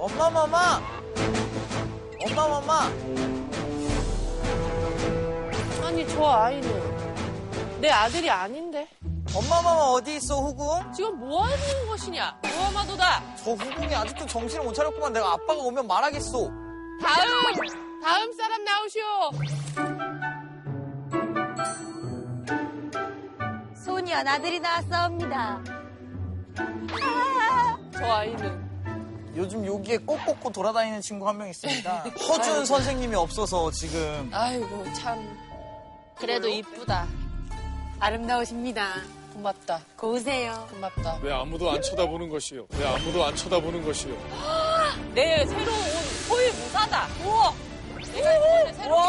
엄마! 엄마, 엄마! 아니 저 아이는 내 아들이 아닌데 엄마, 마마 어디 있어, 후궁? 지금 뭐 하는 것이냐 무엄마도다 저 후궁이 아직도 정신을 못 차렸구만. 내가 아빠가 오면 말하겠소. 다음 다음 사람 나오시오 소년 아들이 나왔사옵니다. 저 아이는 요즘 여기에 꼭 꽂고 돌아다니는 친구 한 명 있습니다. 허준 선생님이 없어서 지금. 아이고 참 그래도 이쁘다 아름다우십니다. 고맙다 고우세요. 고맙다 왜 아무도 안 쳐다보는 것이요? 왜 아무도 안 쳐다보는 것이요? 내 새로 온 소위 무사다 우와 내가 이번에 새로 온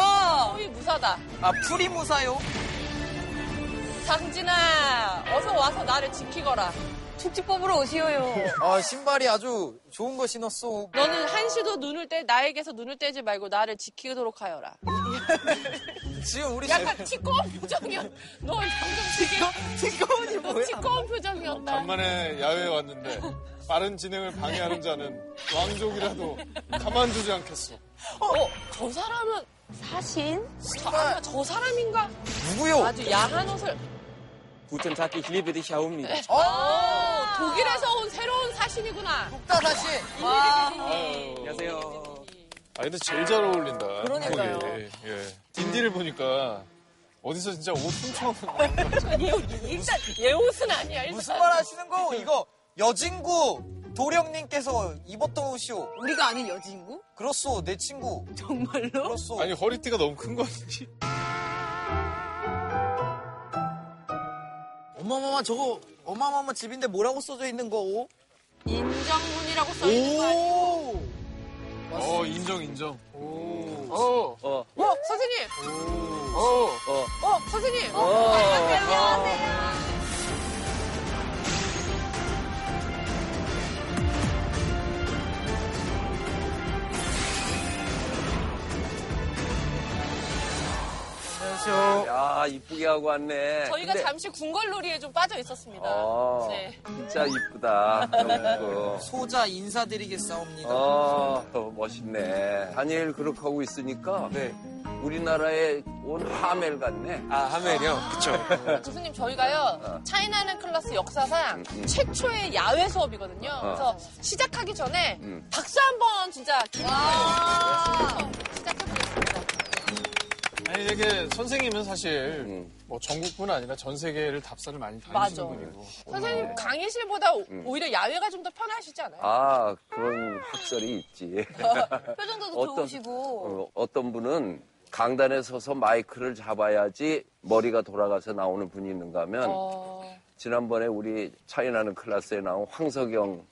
소위 무사다 아, 프리무사요? 장진아 어서 와서 나를 지키거라 축지법으로 오시오요. 아, 신발이 아주 좋은 거 신었소. 너는 한시도 눈을 떼 나에게서 눈을 떼지 말고 나를 지키도록 하여라 지금 우리 약간 티꺼운 표정이었. 너 방금 되게 티꺼운이 너 뭐야? 티꺼운 표정이었다. 간만에 야외에 왔는데 빠른 진행을 방해하는 자는 왕족이라도 가만두지 않겠어. 어, 저 사람은 사신? 저, 아마 저 사람인가? 누구요? 아주 야한 옷을. Guten Tag, ich liebe dich, Herr Umni. 어, 독일에서 온 새로운 사신이구나. 국다 다시. 아유. 안녕하세요. 아 근데 제일 잘 어울린다. 그러니까요. 예, 예. 딘디를 보니까 어디서 진짜 옷 훔쳐오는 거 일단 얘 옷은 아니야. 일단. 무슨 말 하시는 거? 이거 여진구 도령님께서 입었던 옷이오. 우리가 아는 여진구? 그렇소, 내 친구. 정말로? 그렇소. 아니 허리띠가 너무 큰 건지. 어마마마 저거 어마마마 집인데 뭐라고 써져 있는 거오? 인정문이라고 써 있는 거 아니야? 오. 어 인정 인정. 오. 어, 어, 선생님. 오. 어. 어, 선생님. 어, 안녕하세요. 어. 야, 이쁘게 하고 왔네. 저희가 근데- 잠시 궁궐놀이에 좀 빠져 있었습니다. 어, 네. 진짜 이쁘다. 너무 이뻐. 소자 인사드리겠사옵니다. 어, 어, 멋있네. 다니엘 그렇게 하고 있으니까 네. 우리나라에 온 하멜 같네. 아, 하멜이요? 그쵸. 교수님 저희가요 어. 차이나는 클래스 역사상 음. 최초의 야외 수업이거든요. 어. 그래서 시작하기 전에 음. 박수 한번 진짜 기분을 시작해보겠습니다. 아니 되게 선생님은 사실 음. 뭐 전국뿐 아니라 전 세계를 답사를 많이 맞아. 다니시는 분이고. 선생님 강의실보다 오- 음. 오히려 야외가 좀 더 편하시지 않아요? 아, 그런 학설이 있지. 표정도 어떤- 좋으시고. 어, 어떤 분은 강단에 서서 마이크를 잡아야지 머리가 돌아가서 나오는 분이 있는가 하면 어, 지난번에 우리 차이나는 클래스에 나온 황석영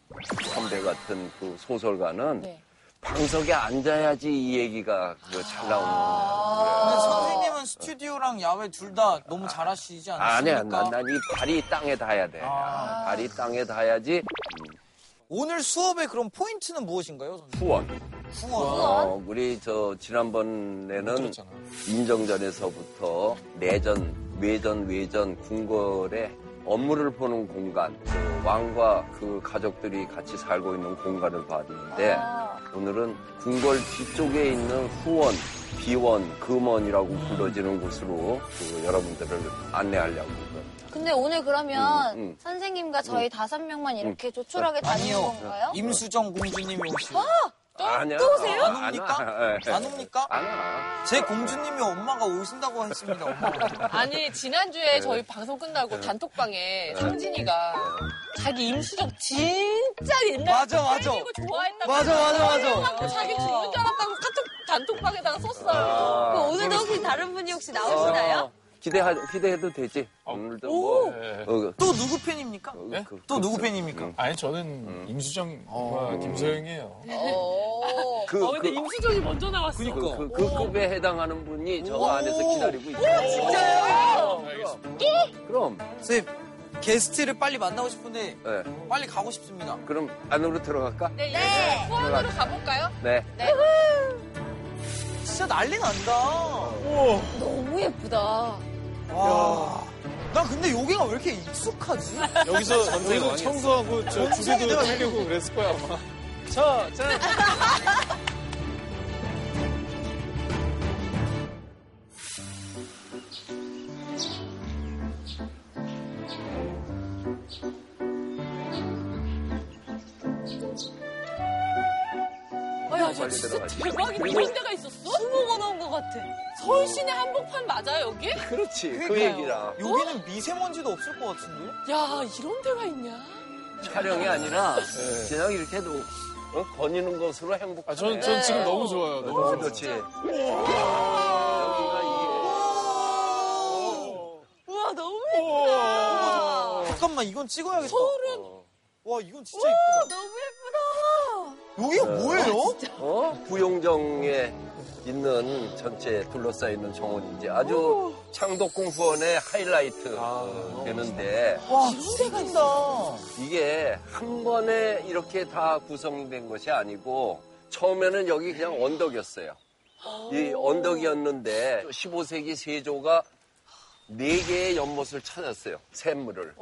선배 같은 그 소설가는 네. 방석에 앉아야지 이 얘기가 그 잘 나오는 근데 거예요. 선생님은 스튜디오랑 야외 둘 다 너무 잘하시지 않습니까? 아니야, 난이 발이 땅에 닿아야 돼. 아, 발이 땅에 닿아야지 오늘 수업의 그런 포인트는 무엇인가요, 선생님? 후원. 뭐? 후원. 어, 우리 저 지난번에는 들었잖아요. 인정전에서부터 내전, 외전, 외전, 궁궐의 업무를 보는 공간, 그 왕과 그 가족들이 같이 살고 있는 공간을 봤는데 오늘은 궁궐 뒤쪽에 있는 후원, 비원, 금원이라고 불러지는 곳으로 그 여러분들을 안내하려고 합니다. 근데 오늘 그러면 음, 음. 선생님과 저희 다섯 명만 이렇게 조촐하게 다니는 아니요. 건가요? 임수정 공주님이 오시. 아니야. 또 오세요? 안 안 네. 옵니까? 와. 안 옵니까? 안 와. 제 공주님이 엄마가 오신다고 했습니다. 네. 엄마가. 아니 지난주에 네. 저희 방송 끝나고 단톡방에 상진이가 자기 임수정 진짜 옛날에 맞아, 맞아. 고 좋아했다고 맞아, 맞아, 맞아. 그래갖고 자기 죽는 줄 알았다고 카톡 단톡방에다가 썼어요. 아, 그럼 오늘도 혹시 다른 분이 혹시 나오시나요? 어, 기대하, 기대해도 되지. 오늘도 뭐. 예. 어, 또 누구 팬입니까? 그, 그, 또 그, 누구 그, 팬입니까? 음. 아니 저는 임수정과 어. 김소영이에요. 어. 그- 아, 근데 그- 임수정이 먼저 나왔어. 그니까. 그, 그 급에 해당하는 분이 저 안에서 기다리고 있어요. 네, 어, 알겠습니다. 그럼, 선생님, 게스트를 빨리 만나고 싶은데 예. 빨리 가고 싶습니다. 그럼 안으로 들어갈까? 네, 네. 포항으로 가볼까요? 네. 네. 진짜 난리 난다. 어. 너무 예쁘다. 와. 나 근데 여기가 왜 이렇게 익숙하지? 여기서 계속 청소하고 저 주제도 챙기고 그랬을 거야 아마. 저, 저. 아야, 저 빨리 진짜 들어가지. 대박이다. 이런 데가 있었어? 스모가 나온 것 같아. 서울 시내 한복판 맞아요, 여기? 그렇지. 그 그러니까요. 얘기라. 여기는 미세먼지도 없을 것 같은데? 야, 이런 데가 있냐? 촬영이 아니라 그냥 이렇게 해도 어? 거니는 것으로 어, 행복해. 아, 전, 네. 전 지금 너무 좋아요. 너무 네, 좋아요. 너무 좋지. 여기가 우와, 너무 아. 어. 잠깐만 이건 찍어야겠다. 서울은 와 이건 진짜 이쁘다. 너무 예쁘다. 아, 여기가 뭐예요? 이게 어? 부용정에 있는 전체 둘러싸여 있는 정원인지 아주 창덕궁 후원의 하이라이트 어, 되는데 와 죽인다. 이게 한 번에 이렇게 다 구성된 것이 아니고 처음에는 여기 그냥 언덕이었어요. 이 언덕이었는데 15세기 세조가 네 개의 연못을 찾았어요. 샘물을.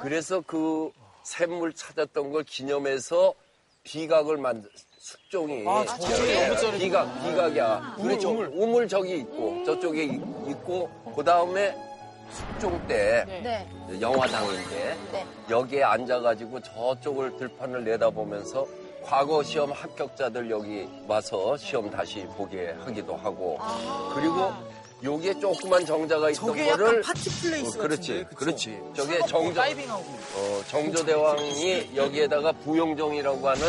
그래서 그 샘물 찾았던 걸 기념해서 비각을 만든 숙종이 아, 아, 아, 예, 비각 비각이야. 그렇죠. 우물, 저기 있고 저쪽에 있- 있고 그 다음에 숙종 때 네. 영화당인데 네. 여기에 앉아가지고 저쪽을 들판을 내다보면서 과거 시험 합격자들 여기 와서 시험 다시 보게 하기도 하고 그리고 여기에 조그만 정자가 있던 저게 거를 어, 약간 파티 플레이스 그렇지, 같은데. 그렇지. 저게 정자 다이빙하고. 네, 어, 정조대왕이 여기에다가 부용정이라고 하는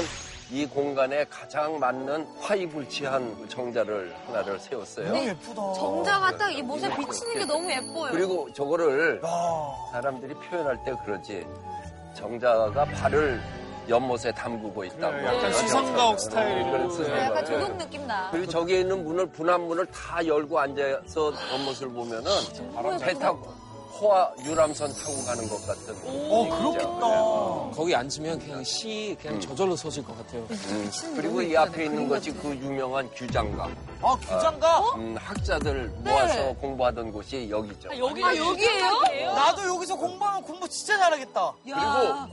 이 공간에 가장 맞는 화이불치한 정자를 하나를 세웠어요. 네. 너무 예쁘다. 정자가 딱 이 모습에 비치는 게 너무 예뻐요. 그리고 저거를 야. 사람들이 표현할 때 그러지. 정자가 발을 연못에 담그고 있다고. 그래, 네, 약간 그런 시상가옥 정자를. 스타일로. 그런 스타일. 네, 약간 네. 도둑 느낌 나. 그리고 저기에 있는 문을 분암문을 다 열고 앉아서 연못을 보면은 배 타고 호화 유람선 타고 가는 것 같은. 네. 어 그렇겠다. 네. 거기 앉으면 그냥 시 그냥 저절로 서질 것 같아요. 음. 그리고 이 앞에 있는 것이 그 유명한 규장각. 아 규장가? 음, 학자들 모아서 공부하던 곳이 여기죠. 아, 여기 아, 여기예요? 나도 여기서 공부하면 공부 진짜 잘하겠다. 그리고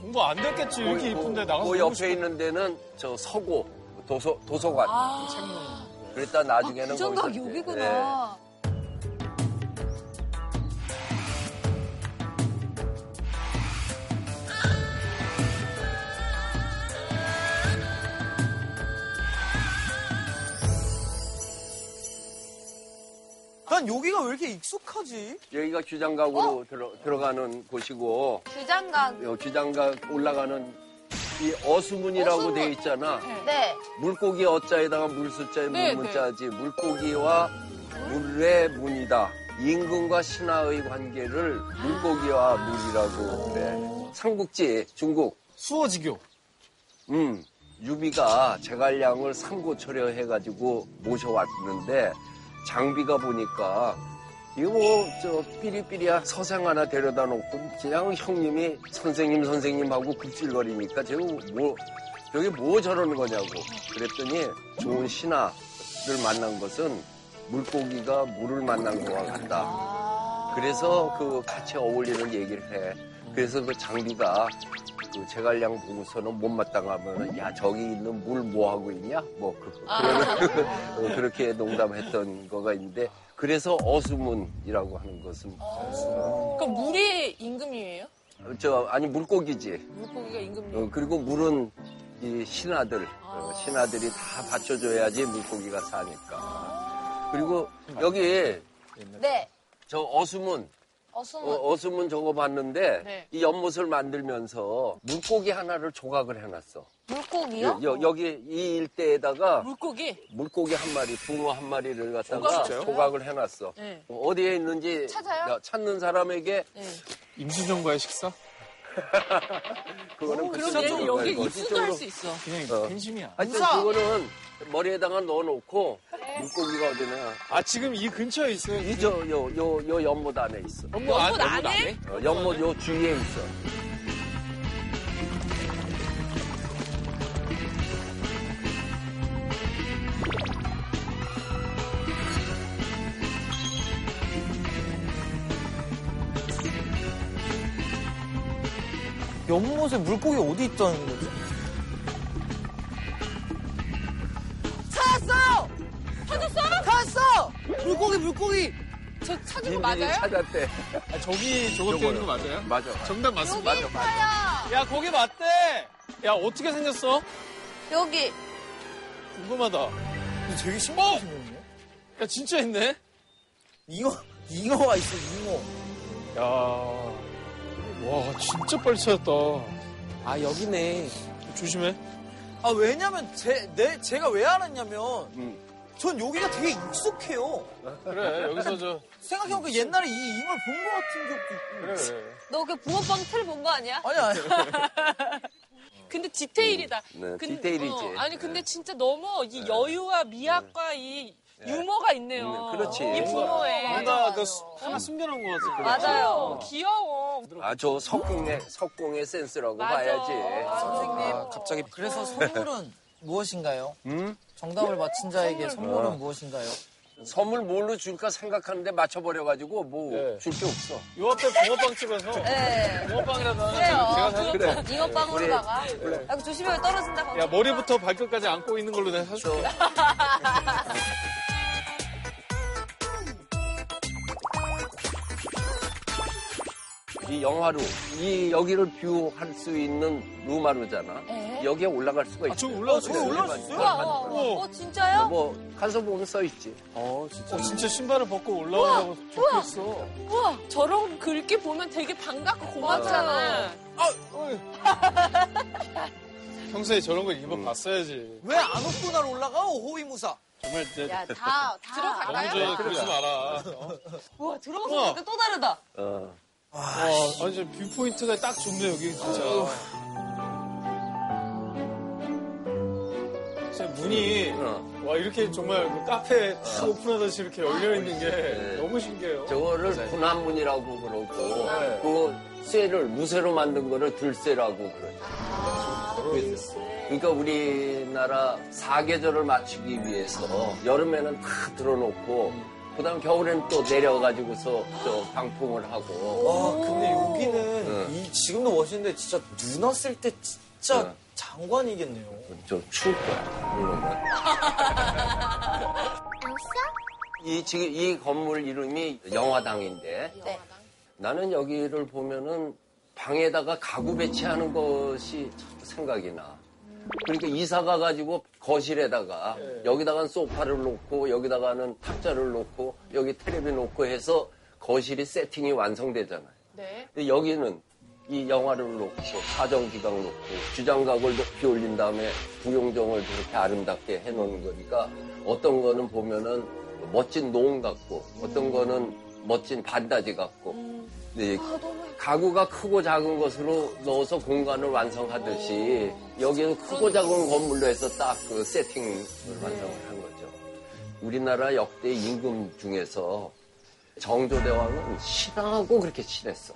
공부 안 됐겠지. 이렇게 이쁜데 나가서. 그 보고 옆에 싶어. 있는 데는 저 서고 도서 도서관. 아. 그랬다 나중에는 정각 거기서 이제, 예. 여기구나. 난 여기가 왜 이렇게 익숙하지? 예. 여기가 규장각으로 들어, 들어가는 곳이고 규장각. 요 규장각 올라가는 이 어수문이라고 어수문. 되어 있잖아. 네. 물고기 어자에다가 물수자에 네, 물문자지 물고기와 물의 문이다. 임금과 신하의 관계를 물고기와 물이라고 그래. 삼국지 중국 수어지교. 음, 유비가 제갈량을 상고 처리해가지고 모셔왔는데 장비가 보니까 이거 뭐 저 삐리삐리야 서생 하나 데려다 놓고 그냥 형님이 선생님 선생님 하고 굽질거리니까 제가 뭐 여기 뭐 저러는 거냐고 그랬더니 좋은 신하를 만난 것은 물고기가 물을 만난 거와 같다. 그래서 그 같이 어울리는 얘기를 해. 그래서 그 장비가 그 제갈량 보고서는 못마땅하면 야 저기 있는 물 뭐하고 있냐 뭐 그, 그런 어, 그렇게 농담했던 거가 있는데 그래서 어수문이라고 하는 것은 그러니까 물이 임금이에요? 어, 저 아니 물고기지 물고기가 임금이에요? 어, 그리고 물은 이 신하들 어, 신하들이 다 받쳐줘야지 물고기가 사니까 그리고 여기 네. 저 어수문 어수문. 어, 수문 저거 봤는데 네. 이 연못을 만들면서 물고기 하나를 조각을 해놨어 물고기요? 여- 여- 여기 이 일대에다가 물고기? 물고기 한 마리, 붕어 한 마리를 갖다가 진짜요? 조각을 해놨어. 네. 어디에 있는지 찾아요? 찾는 사람에게 그 임신정과의 식사? 그거는 어, 그럼 그쪽으로 얘는 갈 여기 거지. 입수도 할 수 있어. 어. 그냥 팬심이야. 하여튼 그거는 머리에다가 넣어놓고 네. 물고기가 어디냐. 아, 지금 이 근처에 있어요. 이 저 요 요 요 연못 안에 있어. 연못 안, 연못 안 해? 어, 연못 요 주위에 있어. 연못에 물고기 어디 있다는 거지? 물고기. 저 찾은 거 빈이 맞아요? 찾았대. 아, 저기 저거 요거요. 끼는 거 맞아요? 맞아. 정답 맞습니다. 맞아, 맞아. 야 거기 맞대. 야 어떻게 생겼어? 여기. 궁금하다. 근데 되게 어! 신기하게 생겼네. 야 진짜 있네. 잉어, 잉어가 있어, 잉어. 야, 와 진짜 빨리 찾았다. 아, 여기네. 조심해. 아, 왜냐면 제, 내, 제가 왜 알았냐면 음. 전 여기가 되게 익숙해요. 그래 여기서 저 생각해보니까 옛날에 이 잉어를 본 것 같은 기억도 있고. 그래. 너 그 붕어빵 틀 본 거 아니야? 아니, 아니. 근데 디테일이다. 네, 근- 디테일이지. 어, 아니 근데 네. 진짜 너무 이 여유와 미학과 이 유머가 있네요. 음, 그렇지. 이 부모에. 뭔가 그 수- 하나 숨겨놓은 것 같은. 맞아요. 귀여워. 아, 저 석공의, 석공의 센스라고 맞아. 봐야지. 선생님. 아, 갑자기. 그래서 선물은 무엇인가요? 음? 정답을 맞힌 자에게 어. 선물은 무엇인가요? 선물 뭘로 줄까 생각하는데 맞춰버려가지고 뭐 줄 네. 게 없어. 요 앞에 붕어빵 집에서 네. 붕어빵이라도 하나 그래요. 제가 사줄게. 그래. 잉어빵으로 우리- 나가. 아, 조심해, 떨어진다. 야 머리부터 발끝까지 안고 있는 걸로 내가 사줄게. 이 영화로, 이 여기를 뷰할 수 있는 루마루잖아. 여기에 올라갈 수가 있어. 아, 저 올라갈 수 있어요? 올라갈 수 있어요? 우와, 우와, 우와. 우와. 어, 진짜요? 뭐, 가서 보면 써있지. 어, 진짜. 어, 진짜 신발을 벗고 올라오라고 적혀 있어. 우와 저런 글귀 보면 되게 반갑고 고맙잖아. 평소에 저런 걸 입어봤어야지. 왜 안 웃고 날 올라가? 호위무사. 정말 이제 야, 다, 다. 들어가. 너무 알아요? 저 그러지 마라. 우와, 들어가서 우와. 보니까 또 다르다. 어. 와, 아니, 뷰 포인트가 딱 좋네, 여기 진짜. 어. 진짜 문이, 어. 와, 이렇게 정말 그 카페 다 오픈하듯이 이렇게 열려있는 게 너무 신기해요. 네. 저거를 네. 군함문이라고 그러고, 그 쇠를 무쇠로 만든 거를 들쇠라고 그러죠. 그래서 그러니까 우리나라 사계절을 맞추기 위해서 여름에는 다 들어놓고, 그 다음 겨울에는 또 내려가지고서 저 방풍을 하고. 아, 와, 근데 여기는 네. 이 지금도 멋있는데 진짜 눈 왔을 때 진짜 네. 장관이겠네요. 좀 추울 거야, 물론은. 이, 지금 이 건물 이름이 영화당인데, 네. 나는 여기를 보면은 방에다가 가구 배치하는 것이 자꾸 생각이 나. 그러니까 이사 가가지고 거실에다가 여기다가는 소파를 놓고 여기다가는 탁자를 놓고 여기 테레비 놓고 해서 거실이 세팅이 완성되잖아요. 네. 근데 여기는 이 영화를 놓고 사정기강 놓고 주장각을 높이 올린 다음에 부용정을 저렇게 아름답게 해놓은 거니까 어떤 거는 보면은 멋진 노은 같고 어떤 거는 멋진 반다지 같고 근데 이 가구가 크고 작은 것으로 넣어서 공간을 완성하듯이 여기는 크고 작은 건물로 해서 딱 그 세팅을 완성을 한 거죠. 우리나라 역대 임금 중에서 정조대왕은 신하하고 그렇게 친했어.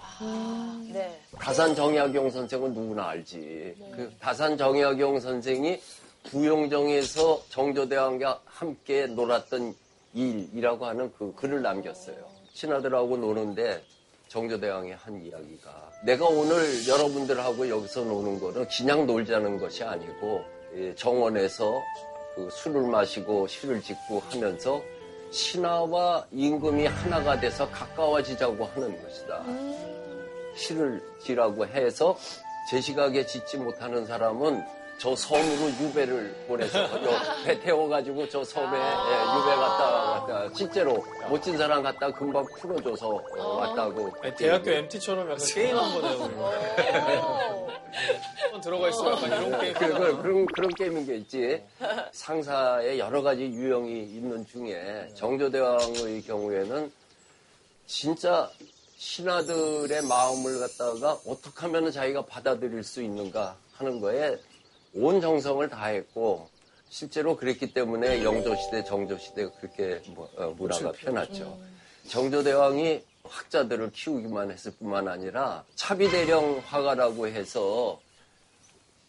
네. 다산 정약용 선생은 누구나 알지. 그 다산 정약용 선생이 부용정에서 정조대왕과 함께 놀았던 일이라고 하는 그 글을 남겼어요. 친아들하고 노는데 정조대왕이 한 이야기가 내가 오늘 여러분들하고 여기서 노는 거는 그냥 놀자는 것이 아니고 예, 정원에서 그 술을 마시고 시를 짓고 하면서 신하와 임금이 하나가 돼서 가까워지자고 하는 것이다. 시를 지라고 해서 제 시각에 짓지 못하는 사람은 저 섬으로 유배를 보내서 여- 배 태워가지고 저 섬에 예, 유배 갔다 왔다 실제로 멋진 사람 갔다 금방 풀어줘서 어, 왔다고 아니, 대학교 MT처럼 약간 게임한 거네요. 한번 들어가 있어. 약간 이런 게임. 그, 그, 그런, 그런 게임인 게 있지. 상사의 여러 가지 유형이 있는 중에 정조대왕의 경우에는 진짜 신하들의 마음을 갖다가 어떻게 하면 자기가 받아들일 수 있는가 하는 거에 온 정성을 다했고 실제로 그랬기 때문에 영조시대, 정조시대가 그렇게 뭐, 어, 문화가 편했죠. 음. 정조대왕이 학자들을 키우기만 했을 뿐만 아니라 차비대령 화가라고 해서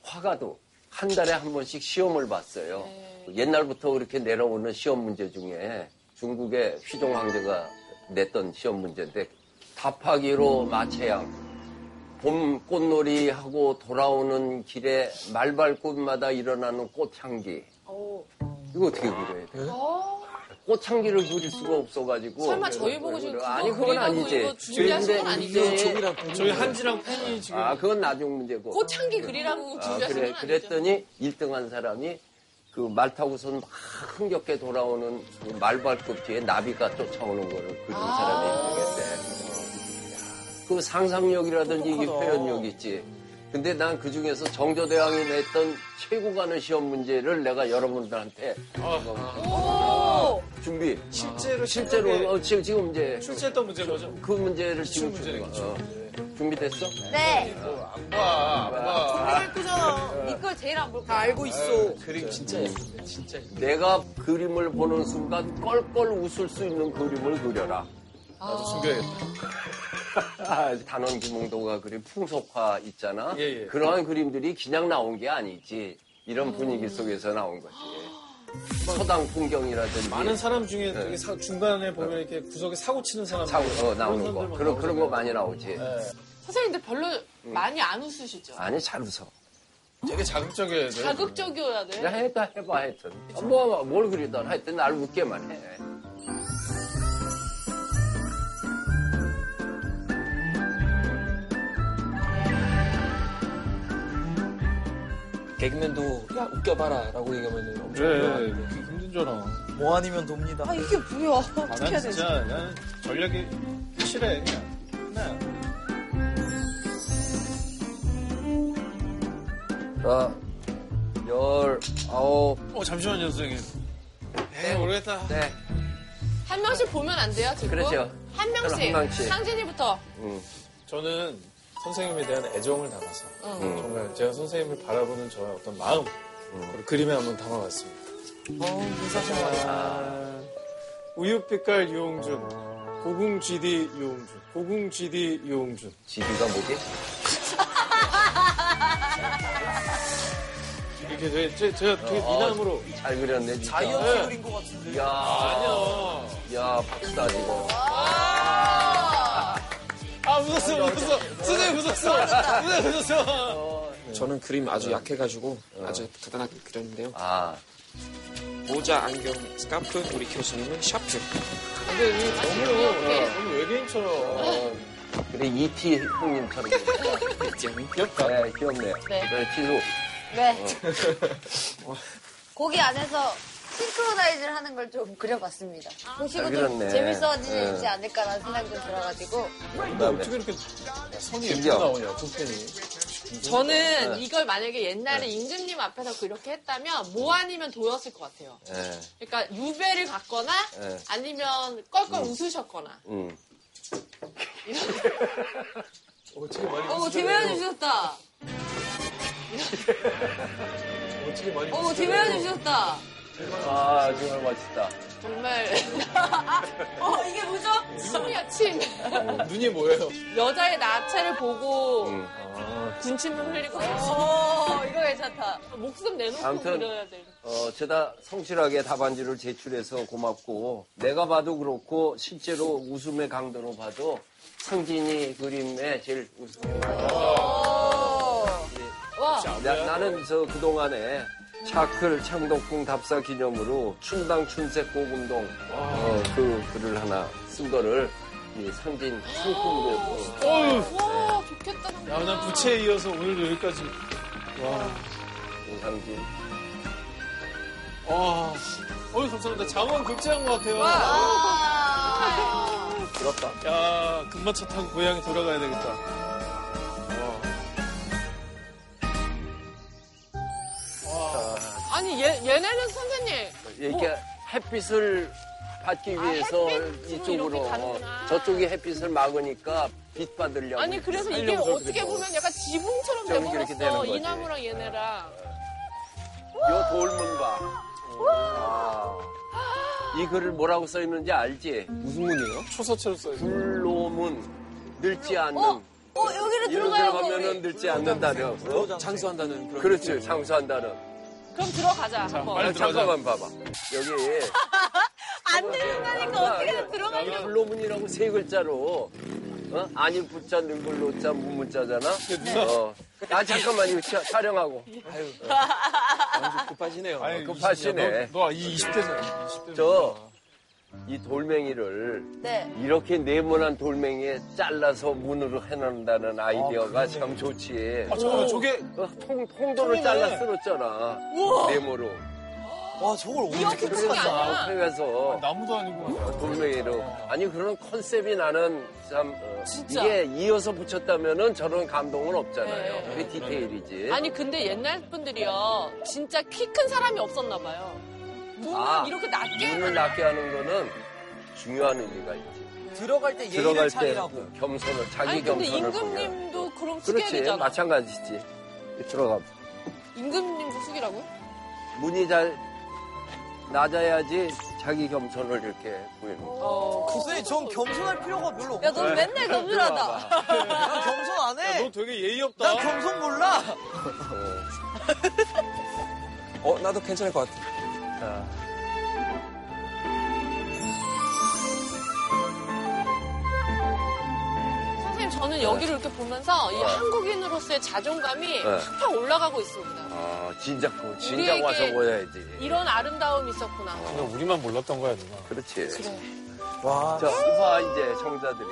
화가도 한 달에 한 번씩 시험을 봤어요. 네. 옛날부터 그렇게 내려오는 시험 문제 중에 중국의 휘종 네. 황제가 냈던 시험 문제인데 답하기로 마채양 봄 꽃놀이하고 돌아오는 길에 말발꽃마다 일어나는 꽃향기 이거 어떻게 그려야 돼요? 꽃향기를 부릴 수가 없어가지고. 설마 저희 보고 지금 그거 그래서- 아니, 그건 그리라고 아니지. 이거 준비하신 건 근데 아니죠? 이제- 저희 한지랑 팬이 지금 아, 그건 나중 문제고. 꽃향기 그리라고 아, 준비하신 그래. 건 아니죠? 그랬더니 1등 한 사람이 그 말 타고선 막 흥겹게 돌아오는 그 말발굽 뒤에 나비가 쫓아오는 거를 그린 사람이 있겠대. 그 상상력이라든지 이 표현력 있지. 근데 난 그 중에서 정조대왕이 냈던 최고 가는 시험 문제를 내가 여러분들한테 준비. 아, 실제로 뭐, 실제로 실제로 어, 지금, 지금 이제 출제했던 문제인 거죠? 그 문제를 지금 문제네, 준비가. 어. 준비됐어? 네. 와, 와. 니걸 제일 안 볼까? 알고 있어. 그림 진짜 예쁜데, 진짜 예쁜데. 내가 그림을 보는 순간 껄껄 웃을 수 있는 그림을 그려라. 나도 숨겨야겠다. 아, 단원 김홍도가 그린 풍속화 있잖아. 예, 예. 그러한 그림들이 그냥 나온 게 아니지. 이런 분위기 속에서 나온 거지. 서당 풍경이라든지 많은 사람 중에 네. 되게 사- 중간에 보면 이렇게 구석에 사고 치는 사람 사고 어, 나오는 거. 사람들만 그런, 그런 나오잖아요. 거 많이 나오지. 선생님 근데 별로 많이 안 웃으시죠? 아니, 잘 웃어. 되게 자극적이어야 돼. 자극적이어야 돼. 그냥 해봐, 해봐, 하여튼. 뭐, 뭘 그리든 하여튼 날 웃게만 네. 해. 개그맨도 야 웃겨봐라 라고 얘기하면 엄청 그래, 힘든 줄 알아. 뭐 아니면 돕니다. 아, 이게 뭐야. 아, 어떻게 난 해야 되지? 진짜 난 전략이 확실해 그냥. 하나야. 자, 어, 열, 아홉, 어 잠시만요 선생님. 에이 모르겠다. 네. 한 명씩 보면 안 돼요, 지금? 그렇죠. 그러죠. 한 명씩. 한 명씩. 음. 상진이부터. 저는 선생님에 대한 애정을 담아서 응. 정말 제가 선생님을 바라보는 저의 어떤 음. 마음 그걸 그림에 한번 담아봤습니다. 어, 무사하다. 우유빛깔 유홍준, 고궁 GD 유홍준, 고궁 GD 유홍준. 지비가 뭐지? 이렇게 제, 제, 제가 되게 어, 미남으로. 잘 그렸네. 진짜. 자이언트 그린 것 같은데. 야, 아니야. 야, 박수다, 지금. 아, 무섭어, 무섭어. 선생님 무섭어. 선생님 무섭어. 저는 그림 아주 약해가지고 아주 간단하게 그렸는데요 아, 모자, 안경, 스카프 우리 교수님은 샤프 근데 이게 너무, 너무 외계인처럼. 그래, 네. 이티 형님처럼. 이제 귀엽다. 네, 귀엽네. 네. 그래, 지수. 네. 거기 안에서 싱크로나이즈를 하는 걸 좀 그려봤습니다. 보시고 좀 그렸네. 재밌어지지 네. 않을까라는 생각이 좀 들어가지고. 그 다음에. 어떻게 이렇게 선이 예쁘게 신기하다. 나오냐, 손편이. 저는 음. 이걸 만약에 옛날에 임금님 앞에서 그렇게 했다면 뭐 아니면 도였을 것 같아요. 예, 그러니까 유배를 갔거나 네. 아니면 껄껄 웃으셨거나. 음. 어, 되게 많이 어, 대변해 주셨다. 어, 되게 많이 어, 대변해 주셨다. 아, 정말 멋있다. 정말 어, 이게 뭐죠? 숨이야 침. 눈이 뭐예요? 여자의 나체를 보고 아, 음. 군침 흘리고 어, 이거 괜찮다. 목숨 내놓고 아무튼 그려야 돼. 어, 죄다 성실하게 답안지를 제출해서 고맙고, 내가 봐도 그렇고, 실제로 웃음의 강도로 봐도, 상진이 그림에 제일 웃음이 어. 많아. 나는 저 그동안에 차클 창덕궁 답사 기념으로 춘당 춘색 고금동 어, 그 글을 하나 쓴 거를 이 상진 상품으로 어, 와 좋겠다. 정말. 야, 난 부채에 이어서 오늘도 여기까지. 상진. 와. 어유 감사합니다. 장원 급제한 것 같아요. 아. 부럽다. 야, 금마차 타고 고향에 돌아가야 되겠다. 아니 얘 얘네는 선생님 이렇게 햇빛을 받기 위해서 아, 햇빛으로 이쪽으로 이렇게 가는구나. 어, 저쪽이 햇빛을 막으니까 빛 받으려고 아니 그래서 이게 살려고 어떻게 저렇게 보면 약간 지붕처럼 저기 이렇게 돼버렸어 되는 거지. 이 나무랑 얘네랑 요 돌문 봐. 아. 이 글을 뭐라고 써 있는지 알지? 무슨 문이에요? 초서체로 써있어. 불로문 늙지 않는 어, 여기로 이런 들어가요, 뭐. 들어가면은 거기. 늙지 않는다는 어? 네. 장수한다는 그런 그렇지 장수한다는 그럼 들어가자 한번 빨리 아니, 잠깐만 봐봐 여기 안 들어가니까 어떻게든 들어가. 이 불로문이라고 세 글자로 어? 아니 붙자 능글로자 문문자잖아 어. 아 잠깐만 이거 차- 촬영하고 완전 급하시네요 아니, 급하시네. 너, 너, 이 20대잖아. 20대. 저 이 돌멩이를 네. 이렇게 네모난 돌멩이에 잘라서 문으로 해놓는다는 아이디어가 참 좋지. 아, 잠깐만, 저게 어, 통, 통이네. 통도를 잘라 쓸었잖아. 네모로. 와 저걸 어떻게 그게 끝까지 아니야. 아, 회에서 나무도 아니고. 돌멩이로. 어, 아니, 그런 컨셉이 나는 참. 어, 진짜. 이게 이어서 붙였다면은 저런 감동은 없잖아요. 네. 그게 디테일이지. 아니 근데 옛날 분들이요 진짜 키 큰 사람이 없었나 봐요. 문을 아, 이렇게 낮게 문을 낮게 하는 거는 중요한 의미가 있지. 들어갈 때 예의를 들어갈 때 차리라고 그 겸손을, 자기 아니 근데 겸손을 보면. 임금님도 그럼 숙여야 그렇지, 되잖아. 마찬가지지. 들어가. 임금님도 숙이라고요? 문이 잘 낮아야지 자기 겸손을 이렇게 보이는 거야. 어, 근데 전 겸손할 필요가 별로 없어 야, 넌 네. 맨날 겸손하다. 난 겸손 야, 너 안해난 되게 예의 없다. 겸손 몰라 어, 나도 괜찮을 것 같아. 자, 선생님 저는 여기를 이렇게 보면서 이 한국인으로서의 자존감이 네. 팍팍 올라가고 있습니다. 아, 진작, 그, 진작 와서 우리에게 보여야지. 이런 아름다움이 있었구나. 그- 우리만 몰랐던 거야, 누나. 그렇지. 와 자, 봐, 이제 청자들이.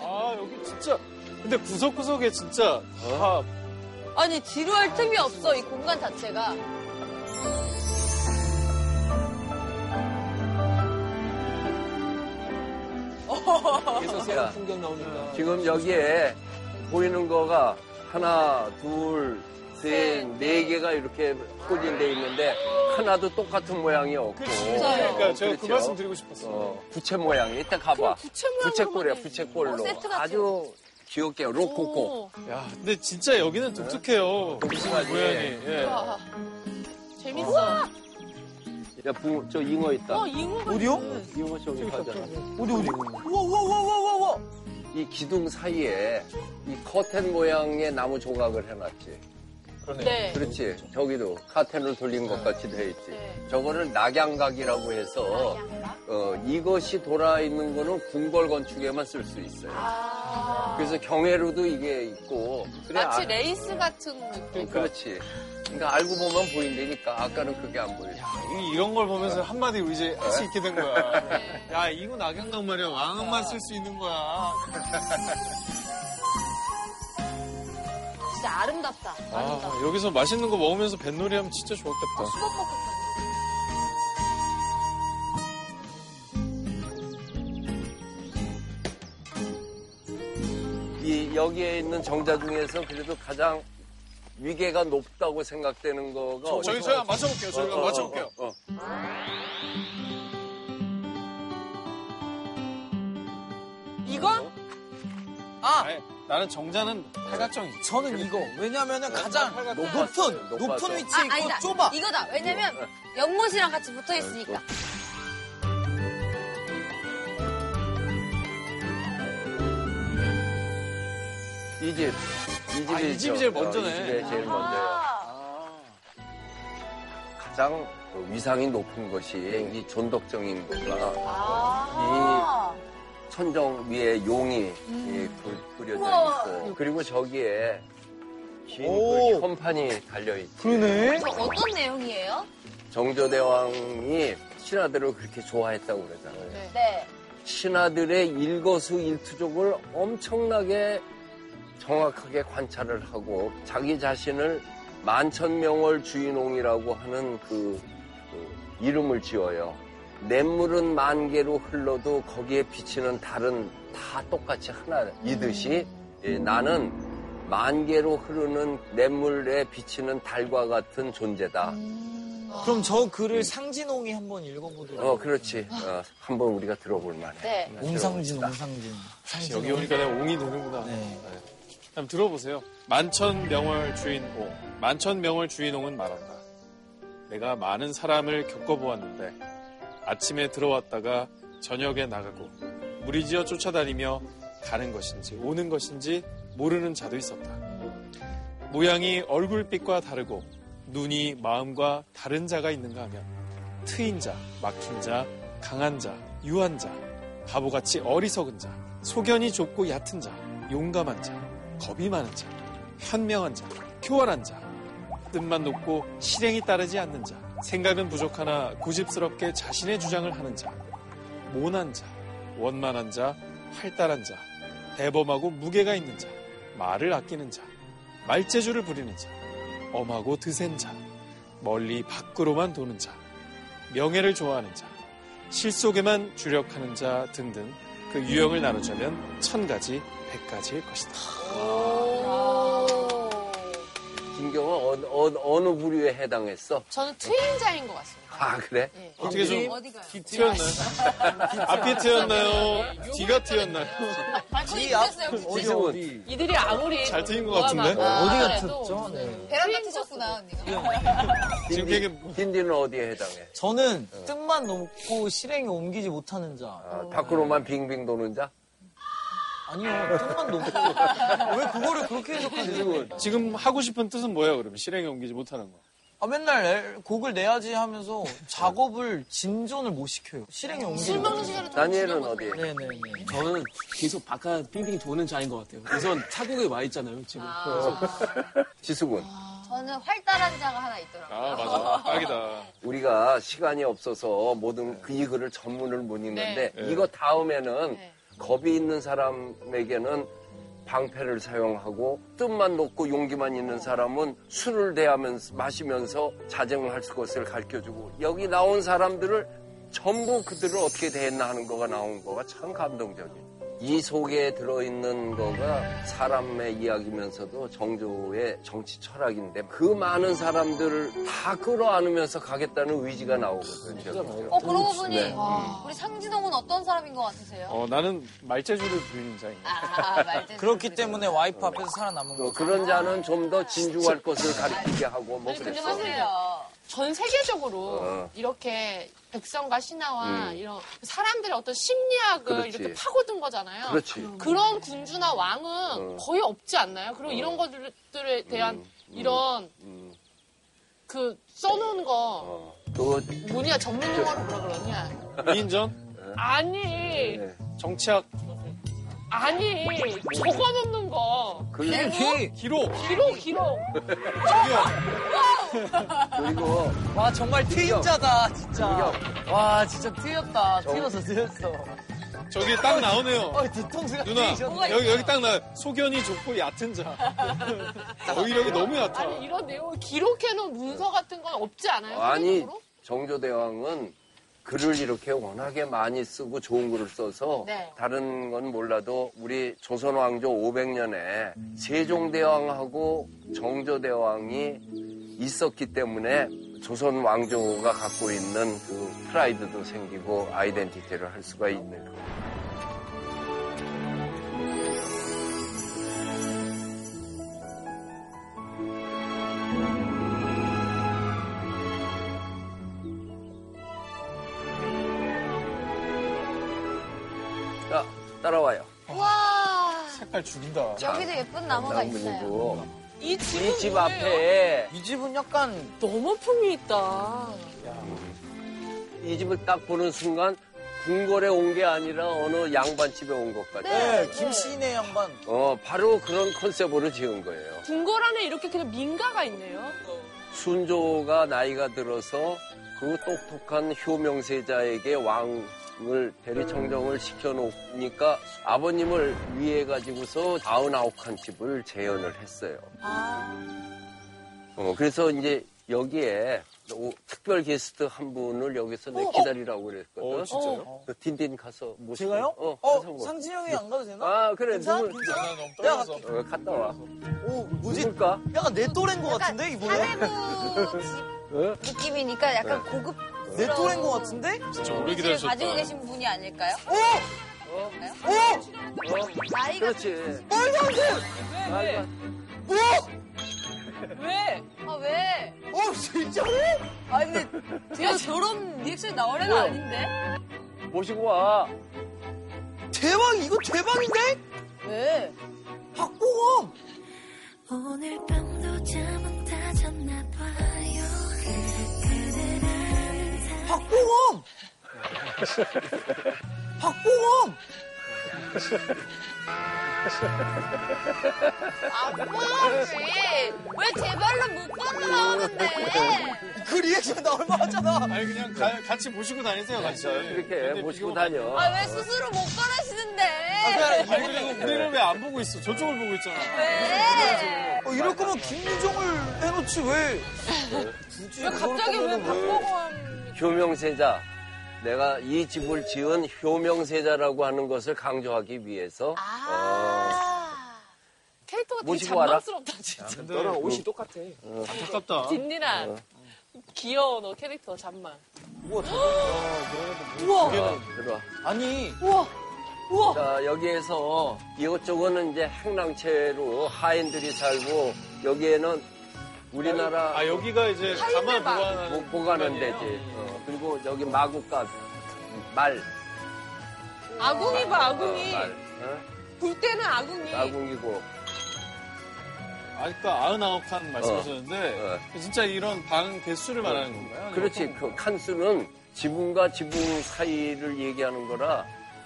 아, 여기 진짜. 근데 구석구석에 진짜 다 아니, 지루할 틈이 없어, 이 공간 자체가. 그래서 야. 아, 새로운 풍경 나오니까. 지금 여기에 보이는 거가 하나, 둘, 셋, 네 개가 이렇게 포진돼 있는데 하나도 똑같은 모양이 없고. 그러니까 어, 제가 그 그렇죠? 말씀 드리고 싶었어요. 어, 부채 모양이. 일단 가봐. 아, 부채 꼴이야, 어, 부채 꼴로. 세트 같아. 아주 귀엽게 로코코. 오, 야, 근데 진짜 여기는 독특해요. 독특하지. 모양이. 네. 예. 와, 아, 재밌어. 야, 붕어, 저 잉어 있다. 어, 잉어 같은. 어디요? 잉어 저기 가잖아. 어디 어디 우와 우와 우와 우와 우와 이 기둥 사이에 이 커튼 모양의 나무 조각을 해놨지. 네. 그렇지. 저기도 카텐을 돌린 것 같이 돼 있지. 네. 저거를 낙양각이라고 해서 어, 이것이 돌아 있는 거는 궁궐 건축에만 쓸 수 있어요. 그래서 경회로도 이게 있고. 그래, 아. 마치 아- 어, 레이스 같은 느낌. 그렇지. 그러니까 알고 보면 보인다니까. 아까는 그게 안 보였어. 이- 이런 걸 보면서 한마디 로 이제 할 수 있게 된 거야. 네. 야, 이거 낙양강 말이야. 왕만 쓸 수 있는 거야. 진짜 아름답다. 아름답다. 아, 여기서 맛있는 거 먹으면서 뱃놀이 하면 진짜 좋았겠다. 이 여기에 있는 정자 중에서 그래도 가장 위계가 높다고 생각되는 거가 저희 어디가- 저희 한번 맞춰볼게요. 저희가 어, 어, 맞춰볼게요. 어, 어. 이건? 아니, 나는 정자는 팔각정이. 저는 이거 왜냐면은 가장 높았어요, 높은 높았어. 높은 위치에 아, 있고 아니다. 좁아 이거다. 왜냐면, 연못이랑 같이 붙어 있으니까. 이 집. 이 집이, 아, 이 집이 제일 먼저네. 이 집이 제일 아. 먼저예요. 가장 그 위상이 높은 것이 이 존덕정인 거가 아. 네. 이 천정 위에 용이 이 그- 그려져 있고 그리고 저기에 긴그 현판이 달려있지. 그러네 저 어떤 내용이에요? 정조대왕이 신하들을 그렇게 좋아했다고 그러잖아요. 네. 네. 신하들의 일거수 일투족을 엄청나게 정확하게 관찰을 하고 자기 자신을 만천명월 주인홍이라고 하는 그, 그 이름을 지어요. 냇물은 만 개로 흘러도 거기에 비치는 달은 다 똑같이 하나이듯이 예, 나는 만 개로 흐르는 냇물에 비치는 달과 같은 존재다. 그럼 저 글을 상진홍이 한번 읽어보도록 어, 그렇지. 어, 한번 우리가 들어볼 만해. 네. 음. 옹상진 옹상진 여기 오니까 내가 옹이 되는구나. 네. 네. 한번 들어보세요. 만천 명월 주인옹. 만천 명월 주인옹은 말한다. 내가 많은 사람을 겪어보았는데 아침에 들어왔다가 저녁에 나가고 무리지어 쫓아다니며 가는 것인지 오는 것인지 모르는 자도 있었다. 모양이 얼굴빛과 다르고 눈이 마음과 다른 자가 있는가 하면 트인 자, 막힌 자, 강한 자, 유한 자, 바보같이 어리석은 자, 소견이 좁고 얕은 자, 용감한 자, 겁이 많은 자, 현명한 자, 교활한 자, 뜻만 높고 실행이 따르지 않는 자, 생각은 부족하나 고집스럽게 자신의 주장을 하는 자, 모난 자, 원만한 자, 활달한 자, 대범하고 무게가 있는 자, 말을 아끼는 자, 말재주를 부리는 자, 엄하고 드센 자, 멀리 밖으로만 도는 자, 명예를 좋아하는 자, 실속에만 주력하는 자 등등 그 유형을 나누자면 천 가지, 백 가지일 것이다. 진경은 어, 어, 느 부류에 해당했어? 저는 트윈자인 것 같습니다. 아 그래? 예. 어떻게 좀 어디가요? 기 트였나요? 앞이 트였나요? 뒤가 트였나요? 발코니 있겠어요, 아, 지 그치? 승은 이들이 아무리 잘 트인 것 뭐가 같은데? 많다 어디가 하더라도 트였죠? 네. 네. 저는 베란다 트인 것 트셨구나 언니가. 지금 되게 딘디는 어디에 해당해? 저는 뜻만 넘고 실행에 옮기지 못하는 자. 어. 아, 밖으로만 빙빙 도는 자? 아니요, 뜻만 넘고. 왜 그거를 그렇게 해석하세요? 지금 하고 싶은 뜻은 뭐예요? 그러면 실행에 옮기지 못하는 거. 아, 맨날 앨- 곡을 내야지 하면서 작업을 진전을 못 시켜요. 실행에 옮기지 실망 못해요. 시간을 좀 다니엘은 지내고 어디에? 네네네. 저는 계속 바깥 빙빙 도는 자인 것 같아요. 우선 타국에 와 있잖아요, 지금. 그래서 지수군. 아. 저는 활달한 자가 하나 있더라고요. 아, 맞아. 딱이다. 우리가 시간이 없어서 모든 그 이 글을 전문을 못 읽는데 네. 이거 다음에는 네. 겁이 있는 사람에게는 방패를 사용하고 뜻만 높고 용기만 있는 사람은 술을 대하면서 마시면서 자정을 할 것을 가르쳐주고 여기 나온 사람들을 전부 그들을 어떻게 대했나 하는 거가 나온 거가 참 감동적이에요. 이 속에 들어있는 거가 사람의 이야기면서도 정조의 정치 철학인데 그 많은 사람들을 다 끌어안으면서 가겠다는 의지가 나오거든요. 어 그러고 보니 네. 우리 상진홍은 어떤 사람인 것 같으세요? 어, 나는 말재주를 부리는 자인 거. 아, 말재주. 그렇기 때문에 와이프 앞에서 살아남은 어, 거죠. 그런 자는 좀 더 진중할 것을 가리키게 하고 뭐 근데 그랬어. 사실 전 세계적으로 어. 이렇게 백성과 신하와 음. 이런 사람들의 어떤 심리학을 그렇지. 이렇게 파고든 거잖아요. 그렇지. 런 군주나 왕은 어. 거의 없지 않나요? 그리고 이런 것들에 대한 이런 음, 그 써놓은 거 어. 또 뭐냐 전문 용어로 뭐라 그러냐? 이인전? 아니 네. 정치학 아니 적어놓는 거 그리고, 기록! 기록 그렇죠. 기록 그리고 와, 정말 트인자다, 진짜. 와, 진짜 트였다. 정- 트였어, 트였어. 저기 딱 나오네요. 어, 뒤통수가 누나, 트이셨네. 여기, 여기 딱 나와요. 소견이 좁고 얕은 자. 어휘력이 너무 얕아. 아니 이런 내용 을 기록해놓은 문서 같은 건 없지 않아요? 어, 아니 세계적으로? 정조대왕은 글을 이렇게 워낙에 많이 쓰고 좋은 글을 써서 네. 다른 건 몰라도 우리 조선 왕조 500년에 세종대왕하고 정조대왕이 있었기 때문에 조선 왕조가 갖고 있는 그 프라이드도 생기고 아이덴티티를 할 수가 있는 거예요. 자, 따라와요. 색깔 죽인다. 어, 여기도 예쁜 나무가 있어요. 어, 나무이고 이 집은 이 집 뭐예요? 앞에 이 집은 약간 너무 품이 있다. 이 집을 딱 보는 순간 궁궐에 온 게 아니라 어느 양반 집에 온 것 같아요. 네, 김씨네 양반. 어, 바로 그런 컨셉으로 지은 거예요. 궁궐 안에 이렇게 그냥 민가가 있네요. 순조가 나이가 들어서 그 똑똑한 효명세자에게 왕을 대리청정을 시켜놓으니까 아버님을 위해 가지고서 99칸 집을 재현을 했어요. 어, 그래서 이제 여기에 오- 특별 게스트 한 분을 여기서 내 기다리라고 그랬거든. 어, 진짜요? 그 딘딘 가서 모시고. 제가요? 어, 어, 가서 뭐. 상진이 형이 안 가도 되나? 아, 그래. 괜찮아? 누굴, 괜찮아? 너무 내가 떨려서. 갈게. 어, 갔다 와. 오, 뭐지? 누굴까? 약간 내 또래인 것뭐 같은데, 이번에? 사내부 집 느낌이니까 약간 고급 내 또래인 것 같은데? 진짜 오래 을 기다리셨다. 그 가지고 계신 분이 아닐까요? 어, 어? 나이가 그렇지. 네. 아, 왜? 왜? 아 왜? 어, 진짜로? 아 근데 제가 저런 리액션이 나올 애가 아닌데? 모시고 와. 대박, 이거 대박인데? 왜? 박보검! 오늘 밤도 잠은 다 잤나 봐요. 그대라는 사람. 박보검! 박보검! 아, 뭐야, 왜? 왜 제발로 못 봤나? 그 리액션 나 얼마 하잖아. 아니 그냥 가- 같이 모시고 다니세요 같이. 네, 이렇게 근데 모시고 네, 비교가- 다녀. 아, 왜 스스로 못 걸으시는데? 아니 그리고 우리를 왜 안 보고 있어? 저쪽을 보고 네. 있잖아. 어, 이럴 아, 거면 김유정을 해놓지 왜? 굳이 왜 갑자기 왜 박보검 효명세자. 내가 이 집을 지은 효명세자라고 하는 것을 강조하기 위해서 캐릭터가 되게 모시고 와라. 잔망스럽다 아, 진짜. 너랑 옷이 똑같아. 뭐, 어, 안타깝다. 딘딘아 귀여워 너 캐릭터 잔망. 어, 들어와. 뭐, 아니 우와 우와 자, 여기에서 이것저것은 이제 행랑채로 하인들이 살고 여기에는 우리나라 아 여기가 이제 가만 하이델바. 보- 보관하는 보관하는 공간이에요. 데지. 어, 그리고 여기 마구간 말. 아궁이 봐 아궁이. 네. 어, 말. 어? 볼 때는 아궁이. 마궁이고. 아까 아흔아홉 칸 말씀하셨는데 어. 진짜 이런 방 개수를 말하는 어, 건가요? 그렇지. 그 칸수는 지붕과 지붕 사이를 얘기하는 거라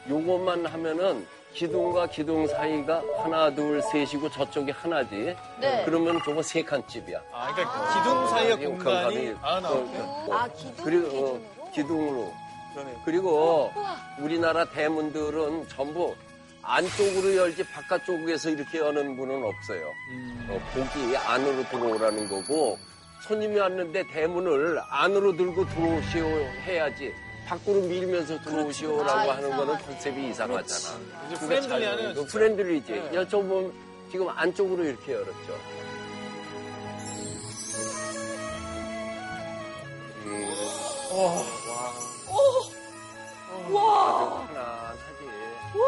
요것만 하면은 기둥과 기둥 사이가 하나, 둘, 셋이고 저쪽이 하나지. 네. 그러면 저거 세 칸집이야. 아 그러니까 기둥 사이의 이 공간이 공간이- 아흔아홉 개. 어, 아, 기둥, 그리고 어, 기둥으로. 그리고 우리나라 대문들은 전부 안쪽으로 열지 바깥쪽에서 이렇게 여는 분은 없어요. 음. 어, 복이 안으로 들어오라는 거고 손님이 왔는데 대문을 안으로 들고 들어오시오 해야지 밖으로 밀면서 들어오시오라고 아, 하는 거는 이상하네. 컨셉이 이상하잖아. 이제 프렌들리하네요. 이거 진짜. 프렌들리지. 여쭤보면 지금 안쪽으로 이렇게 열었죠. 우와 편안하지. 우와.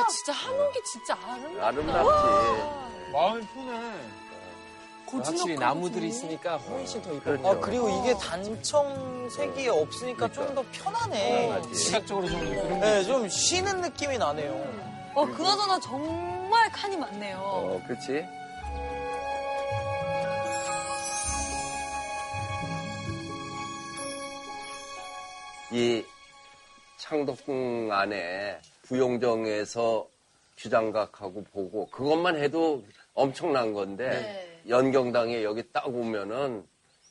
야 진짜 한옥이 진짜 아름다. 아름답지. 마음이 편해. 확실히 나무들이 있으니까 훨씬 더 이뻐. 아 그리고 이게 단청색이 없으니까 좀 더 그러니까. 편하네. 시각적으로 좀 그런 네, 좀 쉬는 느낌이 나네요. 어, 그나저나 정말 칸이 많네요. 어, 그렇지. 이 창덕궁 안에 부용정에서 주장각하고 보고 그것만 해도 엄청난 건데 연경당에 여기 딱 오면은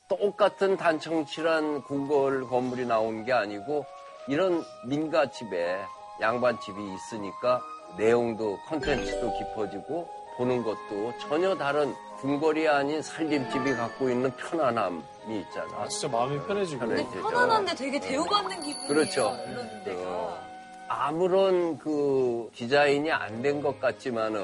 똑같은 단청칠한 궁궐 건물이 나온 게 아니고 이런 민가집에 양반집이 있으니까 내용도 컨텐츠도 깊어지고 보는 것도 전혀 다른 궁궐이 아닌 살림집이 갖고 있는 편안함이 있잖아. 진짜 마음이 편해지고. 근데 편해지죠. 편안한데 되게 대우받는 기분이에요. 네. 그렇죠. 이런 네. 데가. 어. 아무런 그 디자인이 안 된 것 같지만은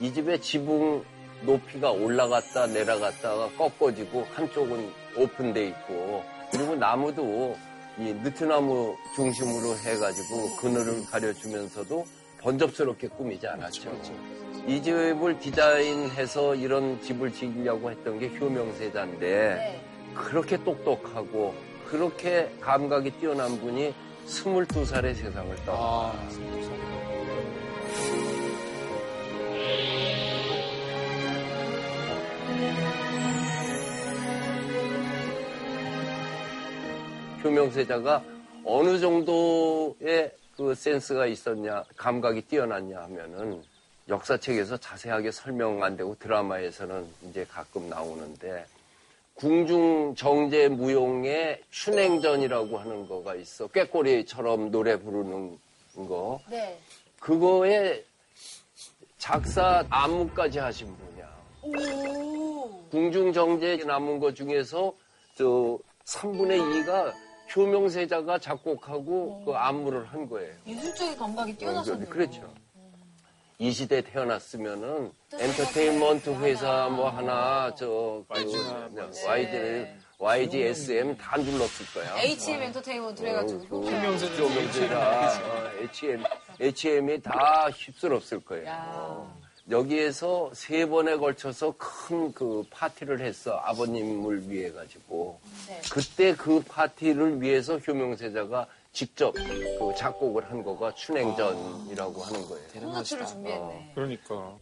이 집의 지붕 높이가 올라갔다 내려갔다가 꺾어지고 한쪽은 오픈돼 있고 그리고 나무도 이 느트나무 중심으로 해가지고 그늘을 가려주면서도 번잡스럽게 꾸미지 않았죠. 그렇죠. 이 집을 디자인해서 이런 집을 지으려고 했던 게 효명세자인데 네. 네. 그렇게 똑똑하고 그렇게 감각이 뛰어난 분이 22살의 세상을 떠나 아, 효명세자가 어느 정도의 그 센스가 있었냐, 감각이 뛰어났냐 하면은 역사책에서 자세하게 설명 안 되고 드라마에서는 이제 가끔 나오는데 궁중 정제 무용의 춘행전이라고 하는 거가 있어. 꾀꼬리처럼 노래 부르는 거. 네. 그거에 작사 안무까지 하신 분이야. 궁중정제 남은 것 중에서 저 3분의 2가 효명세자가 작곡하고 그 안무를 한 거예요. 네. 예술적인 감각이 뛰어나셨네요. 그렇죠. 이 시대에 태어났으면은 엔터테인먼트 회사 뭐 하나 저 그, YG나 뭐 YG, YGSM 다 눌렀을 거야. H&M 엔터테인먼트 해가지고 그 효과. 조명제라 HM, HM이 다 휩쓸었을 거예요. 어. 여기에서 세 번에 걸쳐서 큰 그 파티를 했어. 아버님을 위해 가지고. 그때 그 파티를 위해서 효명세자가 직접 그 작곡을 한 거가 춘행전이라고 하는 거예요. 콘서트를 준비했네. 그러니까.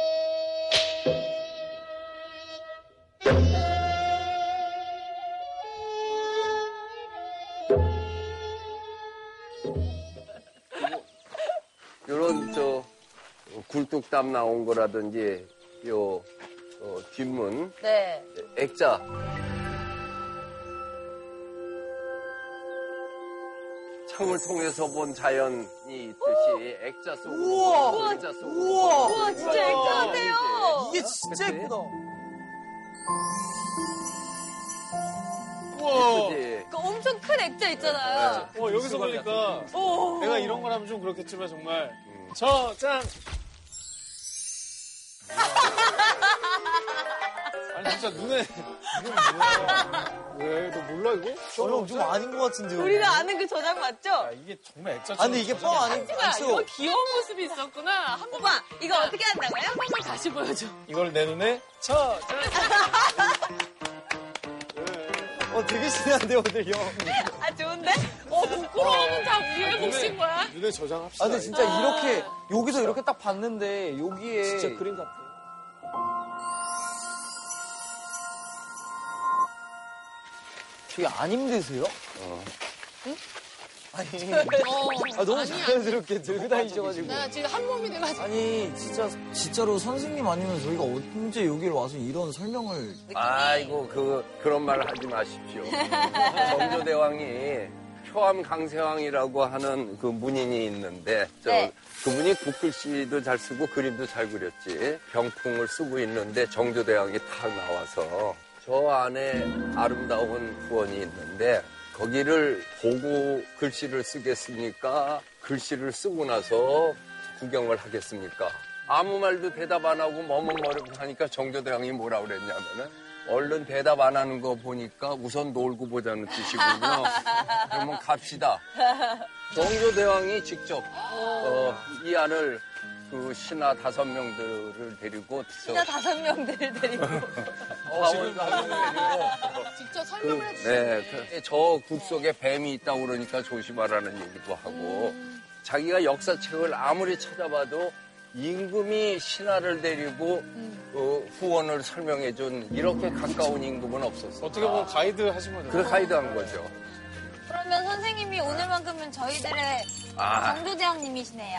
내 요런 저 어, 굴뚝담 나온 거라든지 요 어, 뒷문 네. 액자 창을 통해서 본 자연이 있듯이 액자 속으로 우와! 보고, 액자 속으로 우와! 보고 우와, 진짜 액자 같아요. 이게 진짜 그치? 예쁘다. 우와. 예쁘지? 그 엄청 큰 액자 있잖아요. 어, 여기서 보니까 내가 이런 걸 하면 좀 그렇겠지만 정말 저짱 아니 진짜 눈에 이건 뭐야 왜너 몰라 이거? 저형 좀 아닌 것 같은데요. 우리가 아는 그 저장 맞죠? 야, 이게 정말 액자 아, 근데 이게 뻥 아닌 것 아, 이거 같아요. 귀여운 모습이 있었구나. 한 번만, 네. 오빠, 이거 어떻게 한다고요? 한 번만 다시 보여줘. 이걸 내 눈에 저짱 어, 되게 신난데, 오늘 형. 아, 좋은데? 어, 부끄러움은 다 우리의 몫인 거야. 눈에 저장합시다 아, 근데 진짜 이렇게, 여기서 이렇게 딱 봤는데, 여기에. 진짜 그림 같아. 되게 안 힘드세요? 어. 아니, 아, 너무 자연스럽게 들고 다니셔가지고. 어. 나 지금 한 몸이 돼가지고. 아니, 진짜, 진짜로 선생님 아니면 저희가 언제 여기를 와서 이런 설명을. 아이고 그 그런 말 하지 마십시오. 정조대왕이 표암 강세왕이라고 하는 그 문인이 있는데 저 네. 그분이 국글씨도 잘 쓰고 그림도 잘 그렸지 병풍을 쓰고 있는데 정조대왕이 탁 나와서 저 안에 아름다운 구원이 있는데 거기를 보고 글씨를 쓰겠습니까? 글씨를 쓰고 나서 구경을 하겠습니까? 아무 말도 대답 안 하고 머뭇머뭇 하니까 정조대왕이 뭐라 그랬냐면은 얼른 대답 안 하는 거 보니까 우선 놀고 보자는 뜻이군요. 그러면 갑시다. 정조대왕이 직접 어, 이 안을 그 신하 다섯 명들을 데리고 진짜 다섯 명들을 데리고. 어원을 데리고 직접 설명을 해주세요. 네, 그, 저굴 속에 뱀이 있다고 그러니까 조심하라는 얘기도 하고 자기가 역사책을 아무리 찾아봐도 임금이 신하를 데리고 어, 후원을 설명해준 이렇게 가까운 임금은 없었어. 어떻게 보면 가이드 하신 거죠 그 가이드한 거죠. 그러면 선생님이 오늘만큼은 저희들의 아. 정조대왕님이시네요.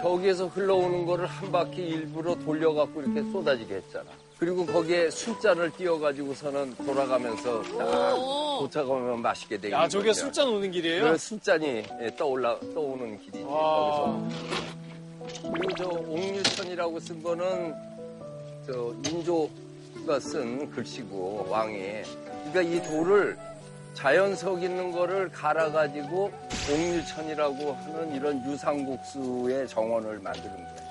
저기에서 흘러오는 거를 한 바퀴 일부러 돌려갖고 이렇게 쏟아지게 했잖아. 그리고 거기에 술잔을 띄워가지고서는 돌아가면서 딱 도착하면 맛있게 되는 야 아, 저게 거죠. 술잔 오는 길이에요? 그 술잔이 예, 떠올라 떠오는 길이지 와. 거기서. 그리고 저 옥류천이라고 쓴 거는 저 인조가 쓴 글씨고 왕이. 그러니까 이 돌을 자연석 있는 거를 갈아가지고 옥류천이라고 하는 이런 유상국수의 정원을 만드는 거예요.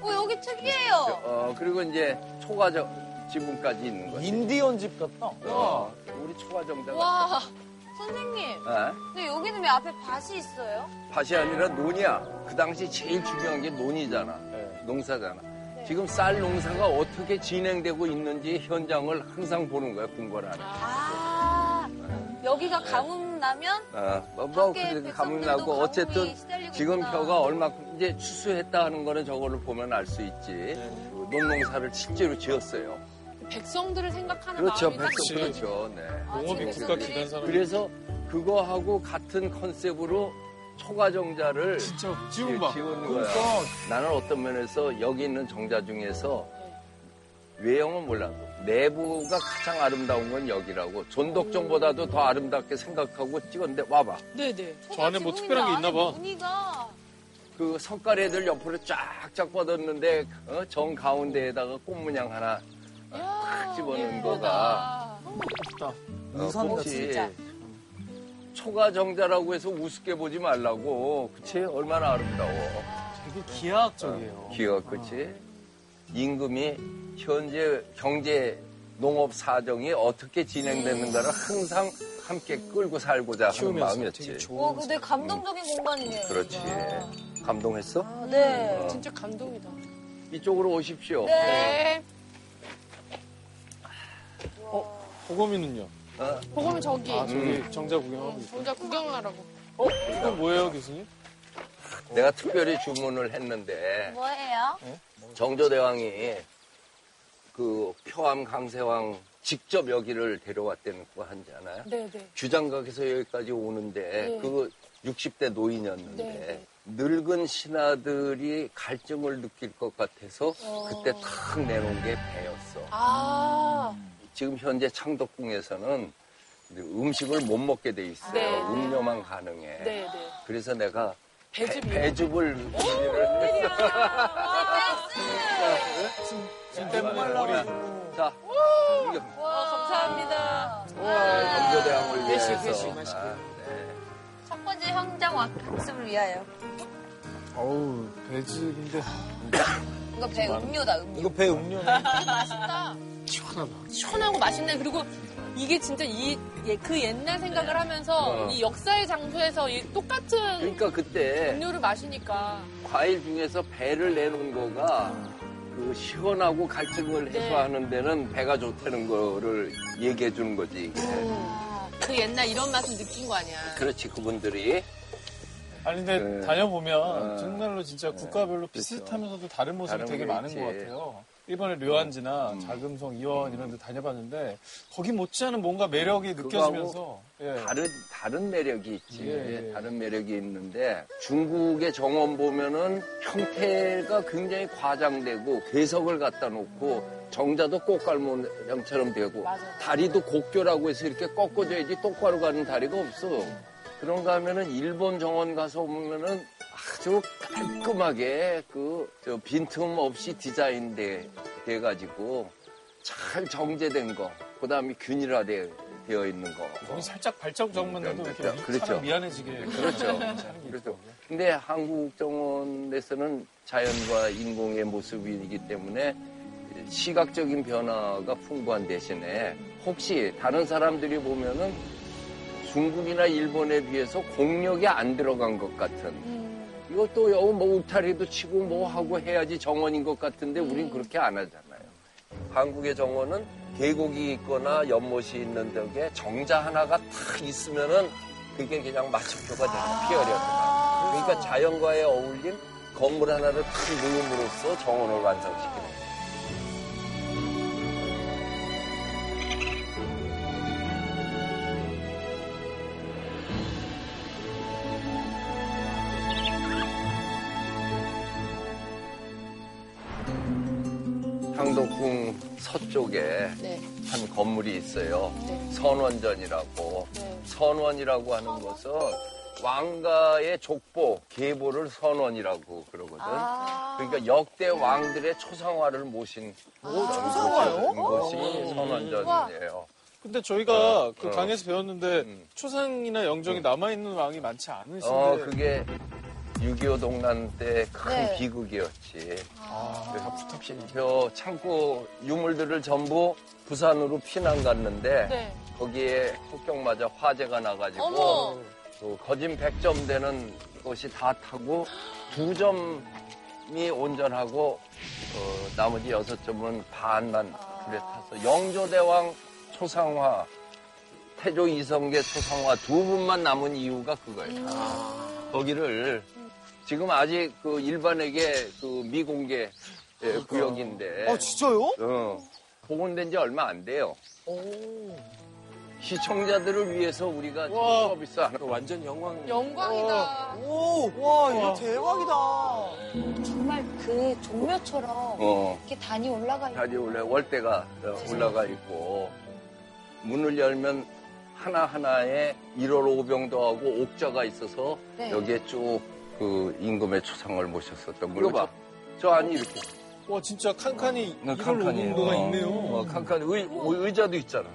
어, 여기 특이해요. 어, 그리고 이제 초가정 지분까지 있는 거지. 인디언 집 같다. 어, 우리 초가정당. 와, 선생님. 어? 근데 여기는 왜 앞에 밭이 있어요? 밭이 아니라 논이야. 그 당시 제일 중요한 게 논이잖아. 네. 농사잖아. 네. 지금 쌀 농사가 어떻게 진행되고 있는지 현장을 항상 보는 거야, 궁궐 안에. 아, 여기가 가뭄 나면 어, 뭐, 뭐, 밖에 그래도 가문 백성들도 나고, 가뭄이 어쨌든 시달리고 지금 있구나. 벼가 얼마큼 이제 추수했다 하는 거는 저거를 보면 알 수 있지. 네. 그 논농사를 실제로 지었어요. 백성들을 생각하는 그렇죠, 마음이 딱 백성. 그렇죠, 네. 농업이 지금 국가 백성들이- 기관 산업 그래서 그거하고 같은 컨셉으로 초가정자를 예, 진짜 그러니까 지은 지금 봐 거야. 그러니까. 나는 어떤 면에서 여기 있는 정자 중에서 외형은 몰라도 내부가 가장 아름다운 건 여기라고 존덕정보다도 더 아름답게 생각하고 찍었는데 와봐. 네네. 저 안에 뭐 특별한 게 있나 봐. 무늬가 그 석가래들 옆으로 쫙쫙 뻗었는데 어? 정 가운데에다가 꽃무냥 하나 탁 집어넣은 거가 아, 유산 같은 진짜. 초가 정자라고 해서 우습게 보지 말라고. 그치? 얼마나 아름다워. 되게 기하학적이에요. 기가 그치? 임금이 현재 경제 농업 사정이 어떻게 진행되는가를 항상 함께 끌고 살고자 하는 키우면서 마음이었지. 되게 좋은 와, 근데 감동적인 공간이네요. 그렇지. 여기가. 감동했어? 아, 네. 어. 진짜 감동이다. 이쪽으로 오십시오. 네. 보검이는요? 어? 보검은 저기. 음. 아 저기 정자 구경하고 있어요 정작 구경하라고. 이건 뭐예요 교수님? 내가 특별히 주문을 했는데 뭐예요? 정조대왕이 그 표암 강세왕 직접 여기를 데려왔다는 거 하잖아요. 네네. 네. 주장각에서 여기까지 오는데 그거 60대 노인이었는데 늙은 신하들이 갈증을 느낄 것 같아서 어. 그때 탁 내놓은 게 배였어. 아, 지금 현재 창덕궁에서는 이제 음식을 못 먹게 돼 있어요. 네. 음료만 가능해. 네네. 그래서 내가 배- 배즙이요? 배즙을 준비를 진 때문에 머리. 자, 이거 어, 아, 감사합니다. 정조대왕을 회식, 위해서. 회식, 맛있게. 아, 네. 첫 번째 형장 학습을 위하여. 어우, 배즙인데. 이거 배 음료다, 음료. 이거 배 음료네. 시원하고 맛있네. 그리고 이게 진짜 이, 예, 그 옛날 생각을 하면서 어. 이 역사의 장소에서 이 똑같은 그러니까 그때 음료를 마시니까. 과일 중에서 배를 내놓은 거가 그 시원하고 갈증을 네. 해소하는 데는 배가 좋다는 거를 얘기해 주는 거지. 이게. 그 옛날 이런 맛을 느낀 거 아니야. 그렇지, 그분들이. 아니, 근데 네. 다녀보면 네. 그렇죠. 정말로 진짜 국가별로 비슷하면서도 다른 모습이 다른 되게 게 많은 있지. 음. 것 같아요. 일본의 류안지나 자금성, 이원 이런 데 다녀봤는데 거기 못지않은 뭔가 매력이 그거하고 느껴지면서 예. 다른 다른 매력이 있지. 예, 예. 다른 매력이 있는데 중국의 정원 보면은 형태가 굉장히 과장되고 괴석을 갖다 놓고 정자도 꽃갈모양처럼 되고 다리도 곡교라고 해서 이렇게 꺾어져야지 똑바로 가는 다리가 없어. 그런가 하면은 일본 정원 가서 보면은 아주 깔끔하게 그 저 빈틈 없이 디자인돼 돼 가지고 잘 정제된 거, 그 다음에 균일화되어 있는 거. 우리 살짝 발짝 정문에도 네, 이렇게 네, 그렇죠. 사람 미안해지게 그렇죠. 하는 네. 게 그렇죠. 있고. 근데 한국 정원에서는 자연과 인공의 모습이기 때문에 시각적인 변화가 풍부한 대신에 혹시 다른 사람들이 보면은 중국이나 일본에 비해서 공력이 안 들어간 것 같은 이것도 여우 뭐 울타리도 치고 뭐 하고 해야지 정원인 것 같은데 우린 그렇게 안 하잖아요. 한국의 정원은 계곡이 있거나 연못이 있는 덕에 정자 하나가 탁 있으면은 그게 그냥 마침표가 되는 피어려 들어가. 그러니까 자연과의 어울린 건물 하나를 탁 모음으로써 정원을 완성시키는 거예요. 향덕궁 서쪽에 네. 한 건물이 있어요. 네. 선원전이라고. 네. 선원이라고 하는 것은 왕가의 족보, 계보를 선원이라고 그러거든. 그러니까 역대 왕들의 초상화를 모신 초상화요? 곳이 선원전이에요. 근데 저희가 그 어. 강에서 배웠는데 음. 초상이나 영정이 남아있는 왕이 많지 않으신데 어, 그게 6.25 동란 때 큰 네. 비극이었지. 다 부탁해. 저 창고 유물들을 전부 부산으로 피난 갔는데 네. 거기에 폭격 맞아 화재가 나가지고 어머. 그 거진 100점 되는 것이 다 타고 두 점이 온전하고 어, 나머지 여섯 점은 반만 불에 타서 영조대왕 초상화 태조 이성계 초상화 두 분만 남은 이유가 그거예요. 음. 거기를 지금 아직 그 일반에게 그 미공개 예, 구역인데 아, 진짜요? 어, 복원된 지 얼마 안 돼요. 시청자들을 위해서 우리가 지금 와. 서비스 하는 이거 완전 영광. 영광이다. 오, 와, 이거 대박이다. 정말 그 종묘처럼 어, 이렇게 단이 올라가 있는 다리 올라 월대가 어, 올라가 있고 문을 열면 하나 하나에 1월 오병도하고 옥자가 있어서 네. 여기에 쭉 그 임금의 초상을 모셨었던 이거 걸. 봐. 저 안이 이렇게. 와 진짜 어, 칸칸이 네, 이걸 칸칸이에요. 오는 도가 어. 있네요. 음. 어, 칸칸 의, 의자도 있잖아.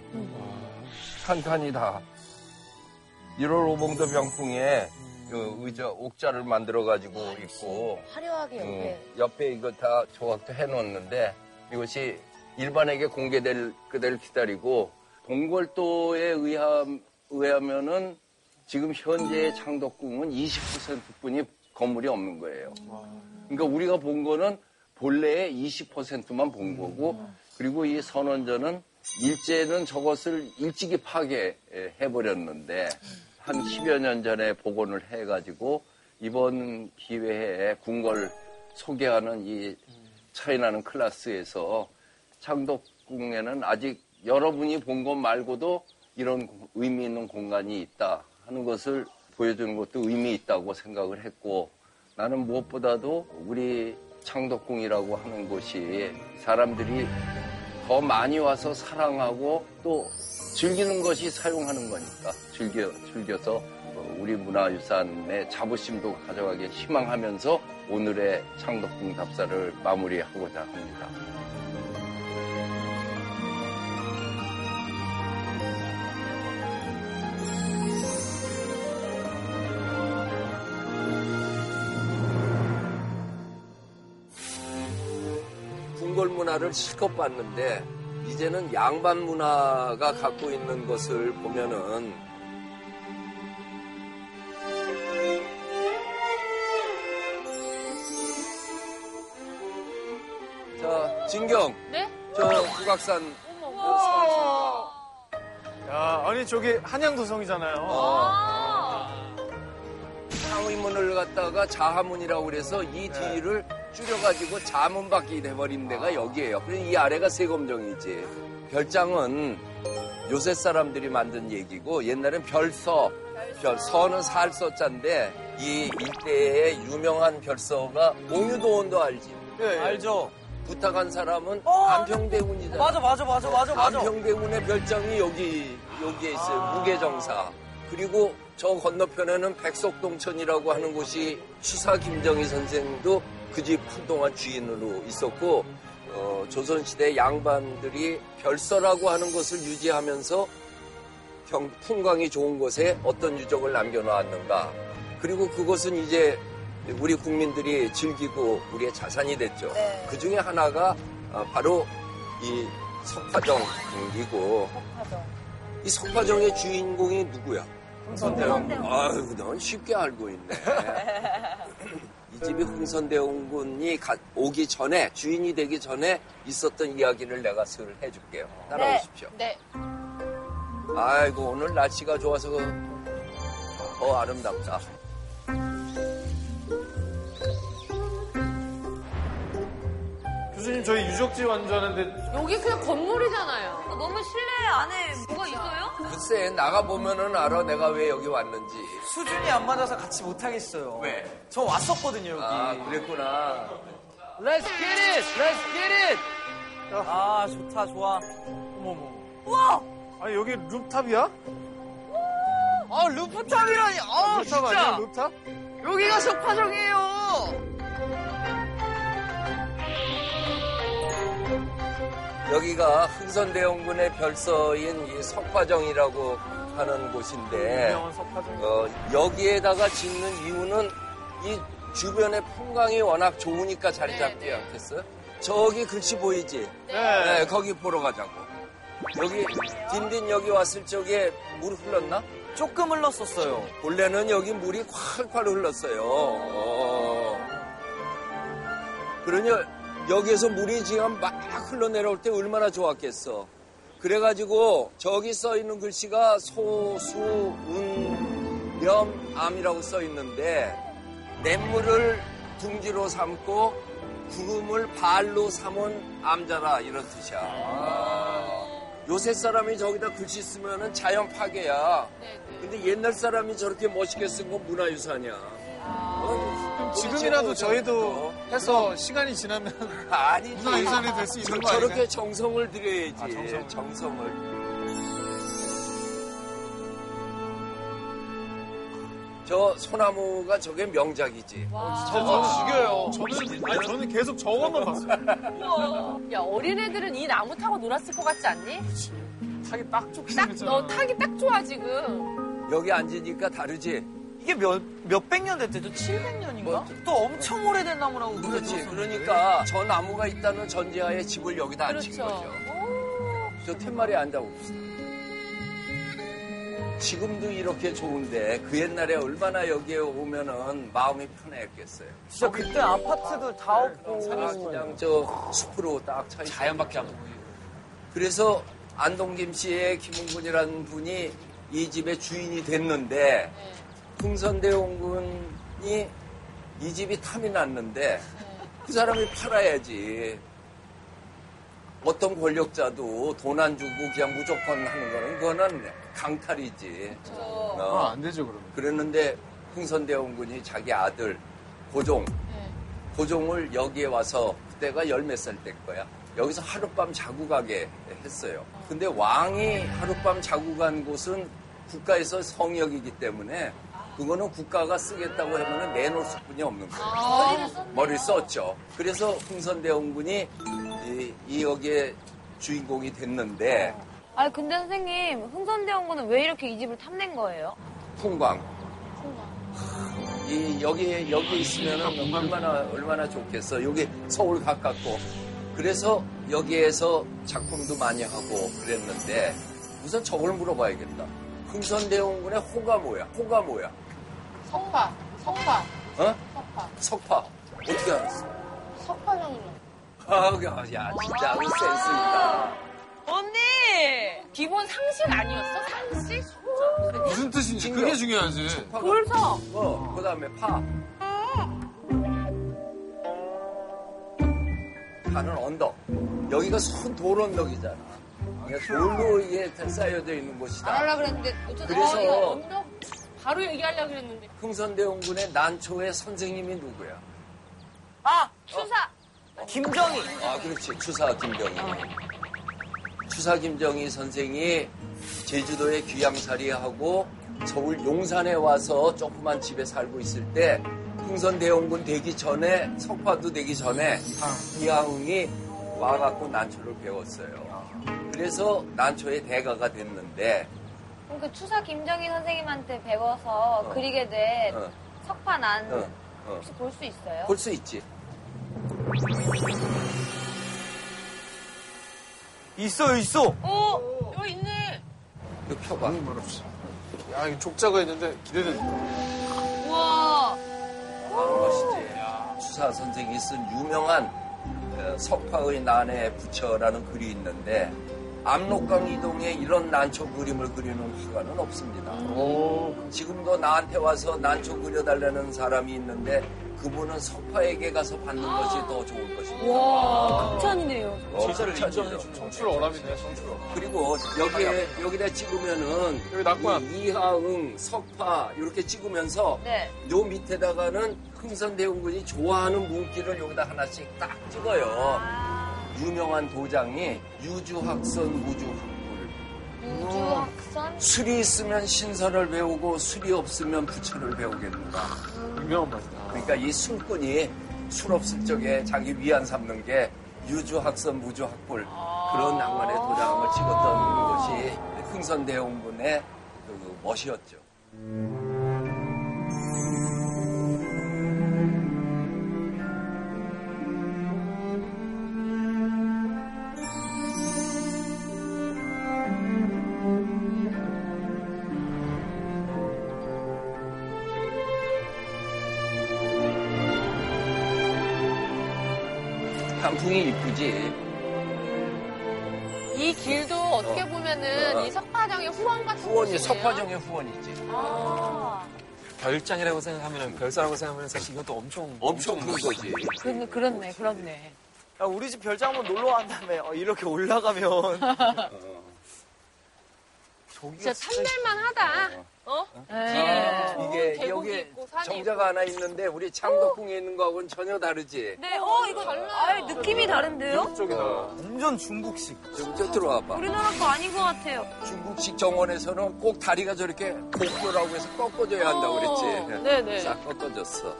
칸칸이 다. 1월 오봉도 병풍에 그 의자 옥자를 만들어 가지고 있고 화려하게 옆에 네. 음, 옆에 이거 다 조각도 해놓는데 이것이 일반에게 공개될 그대를 기다리고 동골도에 의함, 의하면은 지금 현재의 창덕궁은 20%뿐이 건물이 없는 거예요. 그러니까 우리가 본 거는 본래의 20%만 본 거고 그리고 이 선원전은 일제는 저것을 일찍이 파괴해버렸는데 한 10여 년 전에 복원을 해가지고 이번 기회에 궁궐 소개하는 이 차이나는 클래스에서 창덕궁에는 아직 여러분이 본 것 말고도 이런 의미 있는 공간이 있다 하는 것을 보여주는 것도 의미 있다고 생각을 했고 나는 무엇보다도 우리 창덕궁이라고 하는 곳이 사람들이 더 많이 와서 사랑하고 또 즐기는 것이 사용하는 거니까 즐겨 즐겨서 어, 우리 문화유산의 자부심도 가져가길 희망하면서 오늘의 창덕궁 답사를 마무리하고자 합니다. 궁궐 문화를 실컷 봤는데 이제는 양반 문화가 갖고 있는 것을 보면은 자 진경 네? 저 후각산 어. 야, 아니 저기 한양도성이잖아요. 상의문을 갖다가 자하문이라고 그래서 이 뒤를 줄여가지고 자문밖에 돼버린 데가 여기예요. 그래서 이 아래가 세검정이지. 별장은 요새 사람들이 만든 얘기고 옛날엔 별서, 별, 서는 살서자인데 이 일대의 유명한 별서가 옹유도원도 알지. 알죠? 부탁한 사람은 안평대군이잖아. 맞아, 맞아, 맞아, 맞아, 맞아. 아. 안평대군의 별장이 여기 여기에 있어요. 무계정사. 그리고 저 건너편에는 백석동천이라고 하는 곳이 추사 김정희 선생도 그 집 한동안 주인으로 있었고 어, 조선시대 양반들이 별서라고 하는 것을 유지하면서 경, 풍광이 좋은 곳에 어떤 유적을 남겨놓았는가. 그리고 그것은 이제 우리 국민들이 즐기고 우리의 자산이 됐죠. 네. 그 중에 하나가 어, 바로 이 석화정이고 하죠. 이 석화정의 주인공이 누구야? 홍선대왕. 아유, 넌 쉽게 알고 있네. 이 집이 흥선대원군이 가- 오기 전에 주인이 되기 전에 있었던 이야기를 내가 슬 해줄게요. 따라오십시오. 네. 네. 아이고 오늘 날씨가 좋아서 그 더 아름답다. 교수님 저희 유적지 완주하는데 여기 그냥 건물이잖아요. 너무 실내 안에 뭐가 있어요? 글쎄 나가 보면은 알아 내가 왜 여기 왔는지. 수준이 안 맞아서 같이 못하겠어요. 왜? 저 왔었거든요, 여기. 아 그랬구나. Let's get it! Let's get it! 아, 좋다, 좋아. 어머머. 아니 여기 룹탑이야? 아, 루프탑이라니! 아, 룹탑 아니야? 룹탑? 여기가 석파정이에요! 여기가 흥선대원군의 별서인 이 석화정이라고 하는 곳인데 유명한 석화정. 어, 여기에다가 짓는 이유는 이 주변의 풍광이 워낙 좋으니까 자리 잡지 않겠어요? 저기 글씨 보이지? 네. 네, 거기 보러 가자고. 여기 딘딘 여기 왔을 적에 물 흘렀나? 조금 흘렀었어요. 원래는 여기 물이 콸콸 흘렀어요. 어. 그러니 여기에서 물이 지금 막 흘러내려올 때 얼마나 좋았겠어. 그래가지고 저기 써 있는 글씨가 소수운렴암이라고 써 있는데 냇물을 둥지로 삼고 구름을 발로 삼은 암자라 이런 뜻이야. 요새 사람이 저기다 글씨 쓰면은 자연 파괴야. 근데 옛날 사람이 저렇게 멋있게 쓴 건 문화유산이야. 어, 지금이라도 우리 저희도 친구들도 해서 시간이 지나면 아니지. 문화유산이 될 수 있는 거 아니야? 저렇게 정성을 들여야지. 아, 정성을. 정성을. 저 소나무가 저게 명작이지. 아, 저거 죽여요. 저는 아니 저는 계속 저것만 봤어요. 야, 어린애들은 이 나무 타고 놀았을 것 같지 않니? 타기 딱 좋게 딱, 너 타기 딱 좋아, 지금. 여기 앉으니까 다르지. 이게 몇, 몇백 년 됐대죠? 700년인가? 또 엄청 오래된 나무라고 그렇지. 그랬었는데. 그러니까 저 나무가 있다는 전제하에 집을 여기다 앉힌 그렇죠. 거죠. 저 텐마리에 앉아봅시다. 지금도 이렇게 좋은데 그 옛날에 얼마나 여기에 오면은 마음이 편했겠어요. 진짜 그때 아파트도 다 없고. 아, 그냥 저 숲으로 딱 차. 자연밖에 안 보여요. 그래서 안동김 씨의 네. 김웅군이라는 분이 이 집의 주인이 됐는데 풍선대원군 봤더니 이 집이 탐이 났는데 그 사람이 팔아야지. 어떤 권력자도 돈 안 주고 그냥 무조건 하는 거는 그거는 강탈이지. 어. 아, 안 되죠, 그러면. 그랬는데 흥선대원군이 자기 아들 고종 고종을 여기에 와서 그때가 열 몇 살 때 거야 여기서 하룻밤 자고 가게 했어요 근데 왕이 하룻밤 자고 간 곳은 국가에서 성역이기 때문에 그거는 국가가 쓰겠다고 하면 내놓을 수뿐이 없는 거예요 어. 아. 머리 썼죠 그래서 흥선대원군이 이, 이 역의 주인공이 됐는데 아 근데 선생님 흥선대원군은 왜 이렇게 이 집을 탐낸 거예요? 풍광. 이 여기 여기 있으면은 얼마나 얼마나 좋겠어. 여기 서울 가깝고 그래서 여기에서 작품도 많이 하고 그랬는데 우선 저걸 물어봐야겠다. 흥선대원군의 호가 뭐야? 호가 뭐야? 석파, 석파, 어? 석파. 석파. 어떻게 알았어? 석파형이요. 아우 야 진짜 아주 센스 있다. 언니! 기본 상식 아니었어? 상식? 무슨 뜻인지 그게 중요하지. 골석! 어, 그다음에 파. 가는 언덕. 여기가 손 돌 언덕이잖아. 그러니까 돌로 이게 다 쌓여져 있는 곳이다. 말하려고 그랬는데 어쩌다 그래서- 보니까 언- 언덕? 바로 얘기하려고 그랬는데. 흥선대원군의 난초의 선생님이 누구야? 아 추사 김정희. 아, 그렇지. 추사 김정희. 추사 김정희 선생이 제주도에 귀양살이하고 서울 용산에 와서 조그만 집에 살고 있을 때 흥선대원군 되기 전에 석파도 되기 전에 이하흥이 와갖고 난초를 배웠어요. 그래서 난초의 대가가 됐는데 그 추사 김정희 선생님한테 배워서 어. 그리게 된 어, 석판 안 어, 어. 혹시 볼 수 있어요? 볼 수 있지. 있어요, 있어. 오! 여기 있네! 이거 펴봐. 말없이. 야, 이 족자가 있는데 기대된다. 우와! 멋있지. 추사 선생이 쓴 유명한 어, 석파의 난에 부처라는 글이 있는데 압록강 이동에 이런 난초 그림을 그리는 화가는 없습니다. 오. 지금도 나한테 와서 난초 그려달라는 사람이 있는데 그분은 석파에게 가서 받는 것이 더 좋을 것입니다. 와 극찬이네요. 어, 진짜를 그렇죠. 인정해주는 정치로 어람이네, 정치로. 그리고 여기에 여기다 찍으면은 여기 낙관. 이 이하응, 석파 이렇게 찍으면서 네. 요 밑에다가는 흥선대원군이 좋아하는 문기를 여기다 하나씩 딱 찍어요. 유명한 도장이 유주학선 우주학물. 우주학선 술이 있으면 신설을 배우고 술이 없으면 부처를 배우겠는가. 유명한 말이다. 그러니까 이 술꾼이 술 없을 적에 자기 위안 삼는 게 유주학선 무주학불 그런 낭만의 도장을 찍었던 것이 흥선대원군의 그 멋이었죠. 단풍이 이쁘지. 이 길도 어떻게 보면은 어. 이 석파정의 후원 같은 후원이 곳이네요. 석화정의 후원이지. 별장이라고 생각하면 별사라고 생각하면 사실 이것도 엄청 엄청 큰 거지. 그렇- 그렇네, 그렇네. 야, 아, 우리 집 별장 한번 놀러 간 다음에 어, 이렇게 올라가면 진짜 탐낼만 하다. 어? 길에 이렇게 아, 이게 좋은 계곡이 여기 있고 산이 정자가 하나 있는데 우리 창덕궁에 있는 거하고는 전혀 다르지. 네, 어 이거 아예 느낌이 다른데요? 쪽이다. 완전 중국식. 좀 어. 들어와 봐. 우리나라 거 아닌 것 같아요. 중국식 정원에서는 꼭 다리가 저렇게 복도라고 해서 꺾어져야 한다고 그랬지. 네네. 싹 꺾어졌어.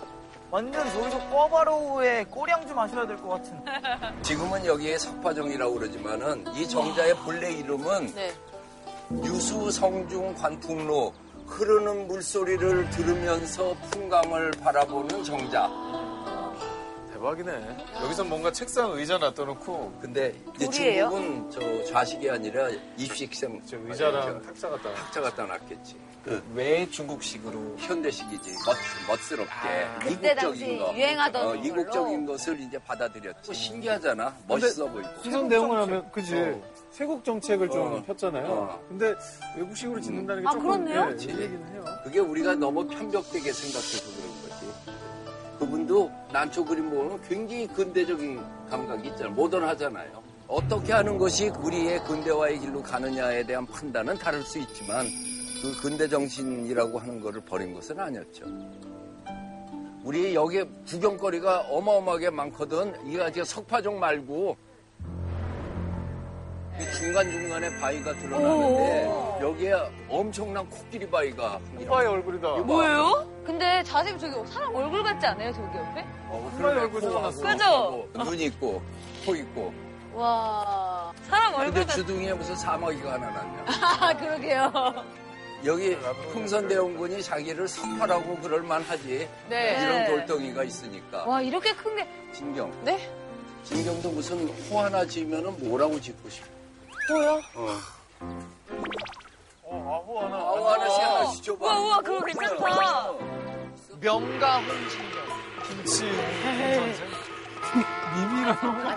완전 저기서 꿔바로우에 꼬량 좀 마셔야 될 것 같은. 지금은 여기에 석파정이라고 그러지만은 이 정자의 본래 이름은 네. 유수성중 관풍로 흐르는 물소리를 들으면서 풍광을 바라보는 정자. 대박이네. 여기서 뭔가 책상 의자 놔둬놓고 근데 이제 돌이에요? 중국은 저 좌식이 아니라 입식생 저 의자랑 탁자 갖다 놔. 학자 갖다 놨겠지. 그 왜 중국식으로 현대식이지 멋, 멋스럽게 아, 그때 당시 유행하던 어, 걸로. 이국적인 것을 이제 받아들였지. 뭐 신기하잖아. 멋있어 보이고. 신선 대응을 하면 그지 어. 세국 정책을 좀 어. 폈잖아요. 어. 근데 외국식으로 짓는다는 게 아, 조금 그렇네요? 예, 그 얘기는 해요. 그게 우리가 너무 편벽되게 생각해서 그런 거지. 그분도 난초 그림 보면 굉장히 근대적인 감각이 있잖아요. 모던하잖아요. 어떻게 하는 것이 우리의 근대화의 길로 가느냐에 대한 판단은 다를 수 있지만 그 근대 정신이라고 하는 것을 버린 것은 아니었죠. 우리 여기 구경거리가 어마어마하게 많거든. 이거 아직 석파종 말고 이 중간중간에 바위가 드러나는데 여기에 엄청난 코끼리 바위가 오빠의 얼굴이다. 어, 이거 봐. 근데 자세히 보면 저기 사람 얼굴 같지 않아요? 저기 옆에? 어, 오빠의 얼굴 코하고 생각났어. 뭐, 그죠? 뭐, 눈 있고 코 있고 와. 사람 얼굴 근데 같 주둥이에 무슨 사마귀가 하나 났냐 아, 그러게요. 여기 풍선대원군이 자기를 석파라고 그럴만하지 네. 이런 돌덩이가 있으니까 와, 아, 이렇게 큰 게. 진경 네? 진경도 무슨 호 하나 지으면 뭐라고 짓고 싶어 뭐요? 아호 하나. 아우 하나씩 하나씩 어. 우와, 어, 줘봐 우와, 그거 괜찮다. 명가 홍진경. 김치. 아니야. 그러니까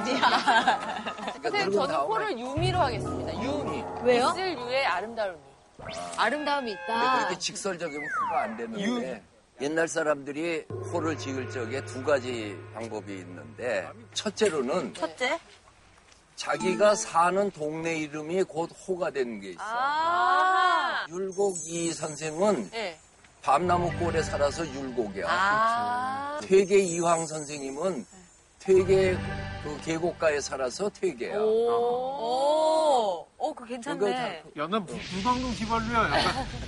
선생님, 늙은 저는 다음에. 코를 유미로 하겠습니다. 유미. 왜요? 쓸 유의 아름다움이. 아름다움이 근데 있다. 그렇게 직설적이면 호가 안 되는데 옛날 사람들이 호를 지을 적에 두 가지 방법이 있는데 첫째로는 첫째. 자기가 사는 동네 이름이 곧 호가 되는 게 있어. 아. 율곡이 선생은 네. 밤나무골에 살아서 율곡이야. 아. 퇴계 이황 선생님은 퇴계 그 계곡가에 살아서 퇴계야. 그러니까 오. 오, 어, 그거 괜찮네. 야, 난 무방동 기발루야. 약간.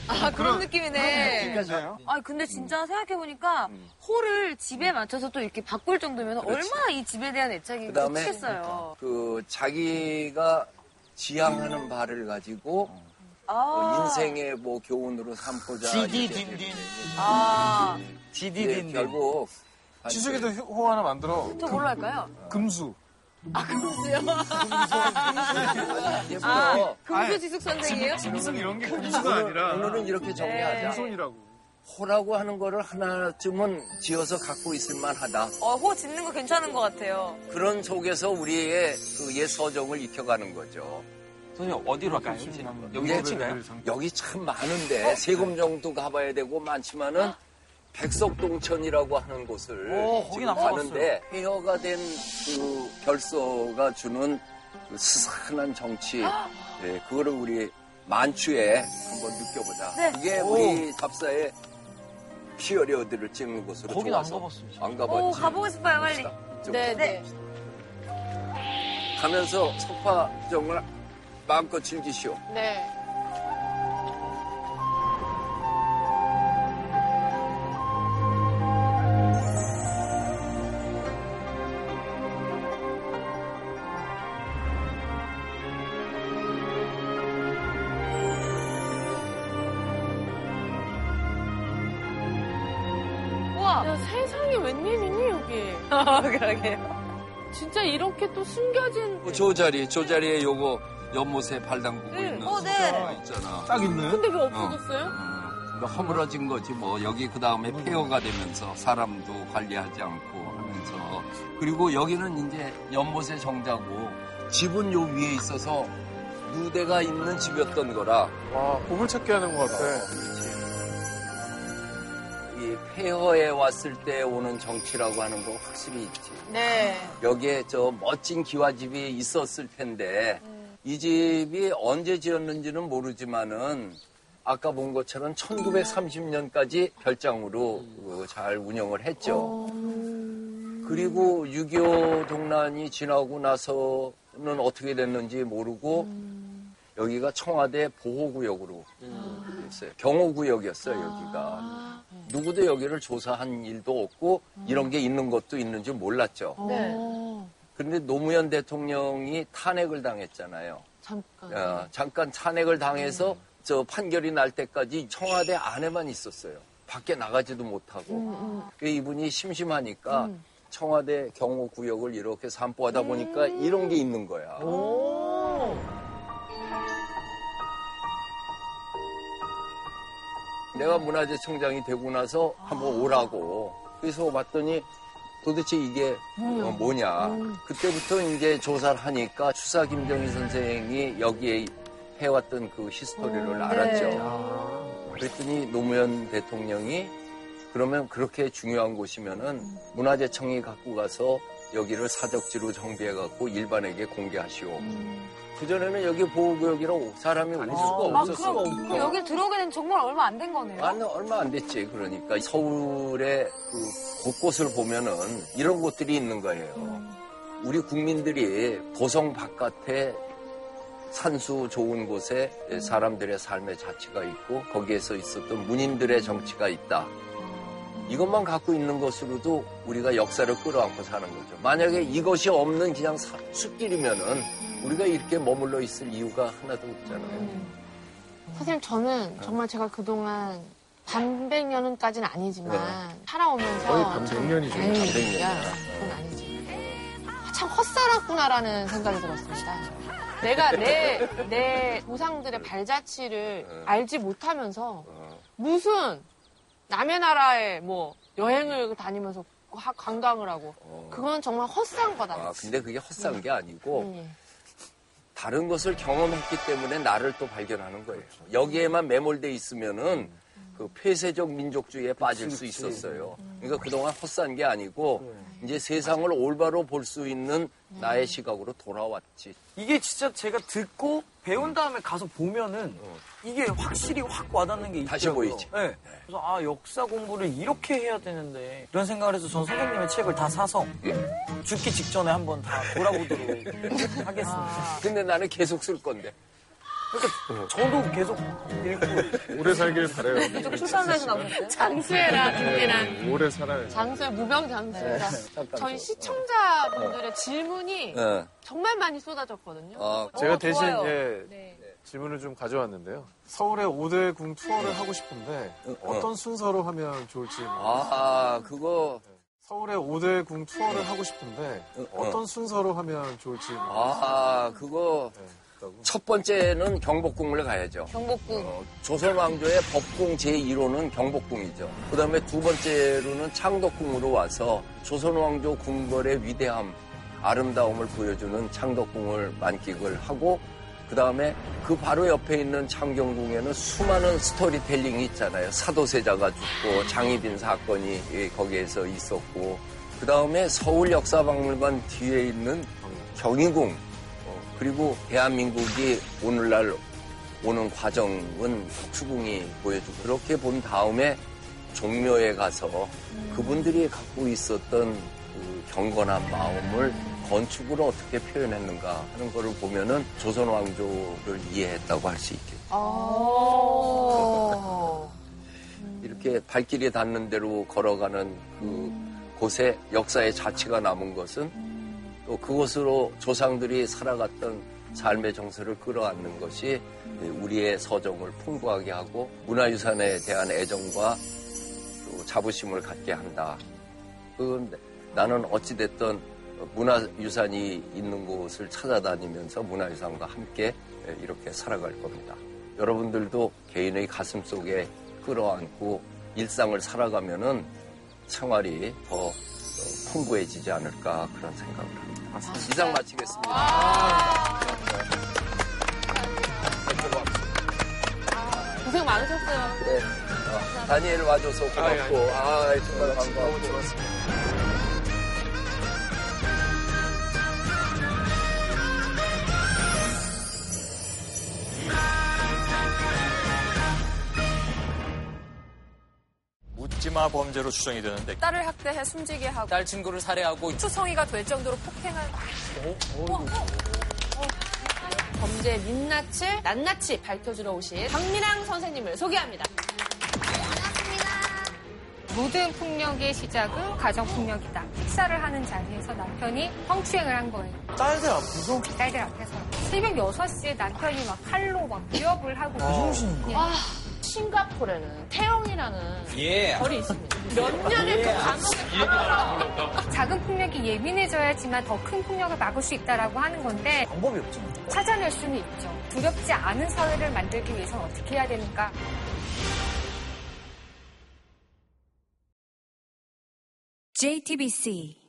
아, 그런 느낌이네. 그러니까요. 음. 아 근데 진짜 생각해보니까 호를 집에 맞춰서 또 이렇게 바꿀 정도면 얼마나 이 집에 대한 애착이 그다음에 크겠어요. 그 자기가 지향하는 바를 가지고 아. 뭐 인생의 뭐 교훈으로 삼고자 이렇게 지디딘딘. 아. 네, 지디딘딘. 결국 지숙이도 호 하나 만들어. 또 뭘로 할까요? 금수. 이게 뭐 아, 금수지숙 선생이에요? 금수 이런 게 금수가 아니라 오늘은 이렇게 정리하자. 금손이라고. 호라고 하는 거를 하나쯤은 지어서 갖고 있을 만하다. 어, 호 짓는 거 괜찮은 것 같아요. 그런 속에서 우리의 그 옛 서정을 익혀가는 거죠. 선생님, 어디로 갈까요? 여기 예. 끝인가요? 여기 참 많은데 세금정도 가봐야 되고 많지만은 백석동천이라고 하는 곳을 오, 거긴 지금 안 가는데 폐허가 된 그 결서가 주는 그 스산한 정치 예, 그거를 우리 만추에 한번 느껴보자. 네. 그게 우리 답사의 피어리어들을 찍는 곳으로 거긴 안 좋아서. 가봤어요, 진짜. 안 오, 가봤지. 가보고 싶어요, 빨리. 이쪽으로. 네, 네. 가면서 석화정을 마음껏 즐기시오. 네. 우와. 야, 세상에 웬일이니, 여기. 아, 그러게요. 진짜 이렇게 또 숨겨진. 어, 저 자리, 저 자리에 요거 연못에 발 담그고 네. 있는 어, 네. 소자 있잖아. 딱 있네. 근데 왜 없어졌어요? 그러니까 허물어진 거지 뭐 여기 그 다음에 폐허가 되면서 사람도 관리하지 않고 하면서 그리고 여기는 이제 연못의 정자고 집은 요 위에 있어서 누대가 있는 집이었던 거라 와, 보물찾기 하는 것 같아. 어, 이 폐허에 왔을 때 오는 정취라고 하는 거 확실히 있지. 네. 여기에 저 멋진 기와집이 있었을 텐데 이 집이 언제 지었는지는 모르지만은 아까 본 것처럼 1930년까지 별장으로 그잘 운영을 했죠. 그리고 6.25 동란이 지나고 나서는 어떻게 됐는지 모르고 여기가 청와대 보호구역으로 됐어요. 경호구역이었어요, 여기가. 누구도 여기를 조사한 일도 없고 이런 게 있는 것도 있는지 몰랐죠. 어. 네. 그런데 노무현 대통령이 탄핵을 당했잖아요. 잠깐. 네. 어, 잠깐 탄핵을 당해서 저 판결이 날 때까지 청와대 안에만 있었어요. 밖에 나가지도 못하고. 그 이분이 심심하니까 청와대 경호 구역을 이렇게 산보하다 보니까 이런 게 있는 거야. 내가 문화재청장이 되고 나서 한번 오라고. 그래서 왔더니 도대체 이게 어, 뭐냐. 그때부터 이제 조사를 하니까 추사 김정희 선생이 여기에 해왔던 그 히스토리를 알았죠. 그랬더니 노무현 대통령이 그러면 그렇게 중요한 곳이면은 문화재청이 갖고 가서 여기를 사적지로 정비해 갖고 일반에게 공개하시오. 그전에는 여기 보호구역이라고 사람이 올 수가 없었어. 음. 아, 그럼 여기 들어오게 된 정말 얼마 안 된 거네요. 안, 얼마 안 됐지. 그러니까 서울의 그 곳곳을 보면은 이런 곳들이 있는 거예요. 우리 국민들이 고성 바깥에 산수 좋은 곳에 사람들의 삶의 자치가 있고 거기에서 있었던 문인들의 정치가 있다. 이것만 갖고 있는 것으로도 우리가 역사를 끌어안고 사는 거죠. 만약에 이것이 없는 그냥 사- 숲길이면은 우리가 이렇게 머물러 있을 이유가 하나도 없잖아요. 선생님 네. 저는 정말 제가 그동안 반백년은까지는 아니지만 살아오면서 네. 거의 반백년이죠. 참 다행이니까 반백년. 그건 아니지. 아, 참 헛살았구나라는 생각이 들었습니다. 내가 내, 내 조상들의 네. 발자취를 알지 못하면서 어. 무슨 남의 나라에 뭐 여행을 다니면서 하- 관광을 하고 어. 그건 정말 헛산 거다. 아, 근데 그게 헛산 게 아니고 예. 다른 것을 경험했기 때문에 나를 또 발견하는 거예요. 여기에만 매몰돼 있으면은 그 폐쇄적 민족주의에 빠질 수 있었어요. 그러니까 그동안 헛산 게 아니고 이제 세상을 올바로 볼 수 있는 나의 시각으로 돌아왔지. 이게 진짜 제가 듣고 배운 다음에 가서 보면은 이게 확실히 확 와닿는 게 있어요. 어. 다시 보이지. 네. 그래서 아 역사 공부를 이렇게 해야 되는데 이런 생각을 해서 전 선생님의 책을 다 사서 예. 죽기 직전에 한번 다 돌아보도록 하겠습니다. 근데 나는 계속 쓸 건데. 그러니까 저도 계속 읽고 오래 살길 바래요. 좀 출산해서 나오셨어요? 장수해라, 김계란. 네, 오래 살아야지. 장수의 무병 장수입니다. 네, 잠깐 저희 좀. 시청자분들의 질문이 네. 정말 많이 쏟아졌거든요. 아, 제가 어, 대신 좋아요. 예, 네. 질문을 좀 가져왔는데요. 서울의 5대 궁 투어를 하고 싶은데 어떤 순서로 하면 좋을지 모르겠어요. 아, 그거 서울의 5대 궁 투어를 하고 싶은데 어떤 순서로 하면 좋을지 모르겠어요. 아, 그거 첫 번째는 경복궁을 가야죠. 경복궁. 어, 조선 왕조의 법궁 제1호는 경복궁이죠. 그 다음에 두 번째로는 창덕궁으로 와서 조선 왕조 궁궐의 위대함, 아름다움을 보여주는 창덕궁을 만끽을 하고 그 다음에 그 바로 옆에 있는 창경궁에는 수많은 스토리텔링이 있잖아요. 사도세자가 죽고 장희빈 사건이 예, 거기에서 있었고 그 다음에 서울역사박물관 뒤에 있는 경희궁 어, 그리고 대한민국이 오늘날 오는 과정은 혁수궁이 보여주고 그렇게 본 다음에 종묘에 가서 그분들이 갖고 있었던 그 경건한 마음을 건축으로 어떻게 표현했는가 하는 거를 보면은 조선 왕조를 이해했다고 할 수 있겠죠. 어. 이렇게 발길이 닿는 대로 걸어가는 그 곳에 역사의 자취가 남은 것은 또 그곳으로 조상들이 살아갔던 삶의 정서를 끌어안는 것이 우리의 서정을 풍부하게 하고 문화유산에 대한 애정과 또 자부심을 갖게 한다. 그건 나는 어찌됐든 문화유산이 있는 곳을 찾아다니면서 문화유산과 함께 이렇게 살아갈 겁니다. 여러분들도 개인의 가슴 속에 끌어안고 일상을 살아가면은 생활이 더 풍부해지지 않을까 그런 생각을 합니다. 이상 마치겠습니다. 아. 고생 많으셨어요. 네. 어, 다니엘 와줘서 고맙고, 아, 정말 반가워. 묻지마 범죄로 추정이 되는데 네, 딸을 학대해 숨지게 하고 딸 친구를 살해하고 추성이가 될 정도로 폭행한 어? 어? 범죄 민낯을 낱낱이 밝혀주러 오신 박미랑 선생님을 소개합니다. 모든 폭력의 시작은 가정폭력이다. 식사를 하는 자리에서 남편이 성추행을 한 거예요. 딸들 앞에서? 딸들 앞에서. 새벽 6시에 남편이 막 칼로 막 위협을 하고. 어. 예. 아, 싱가포르에는 태영이라는 예. 벌이 있습니다. 몇 예. 년을 또 감옥에 가서 작은 폭력이 예민해져야지만 더 큰 폭력을 막을 수 있다라고 하는 건데 방법이 없죠. 찾아낼 수는 있죠. 두렵지 않은 사회를 만들기 위해서는 어떻게 해야 되는가? JTBC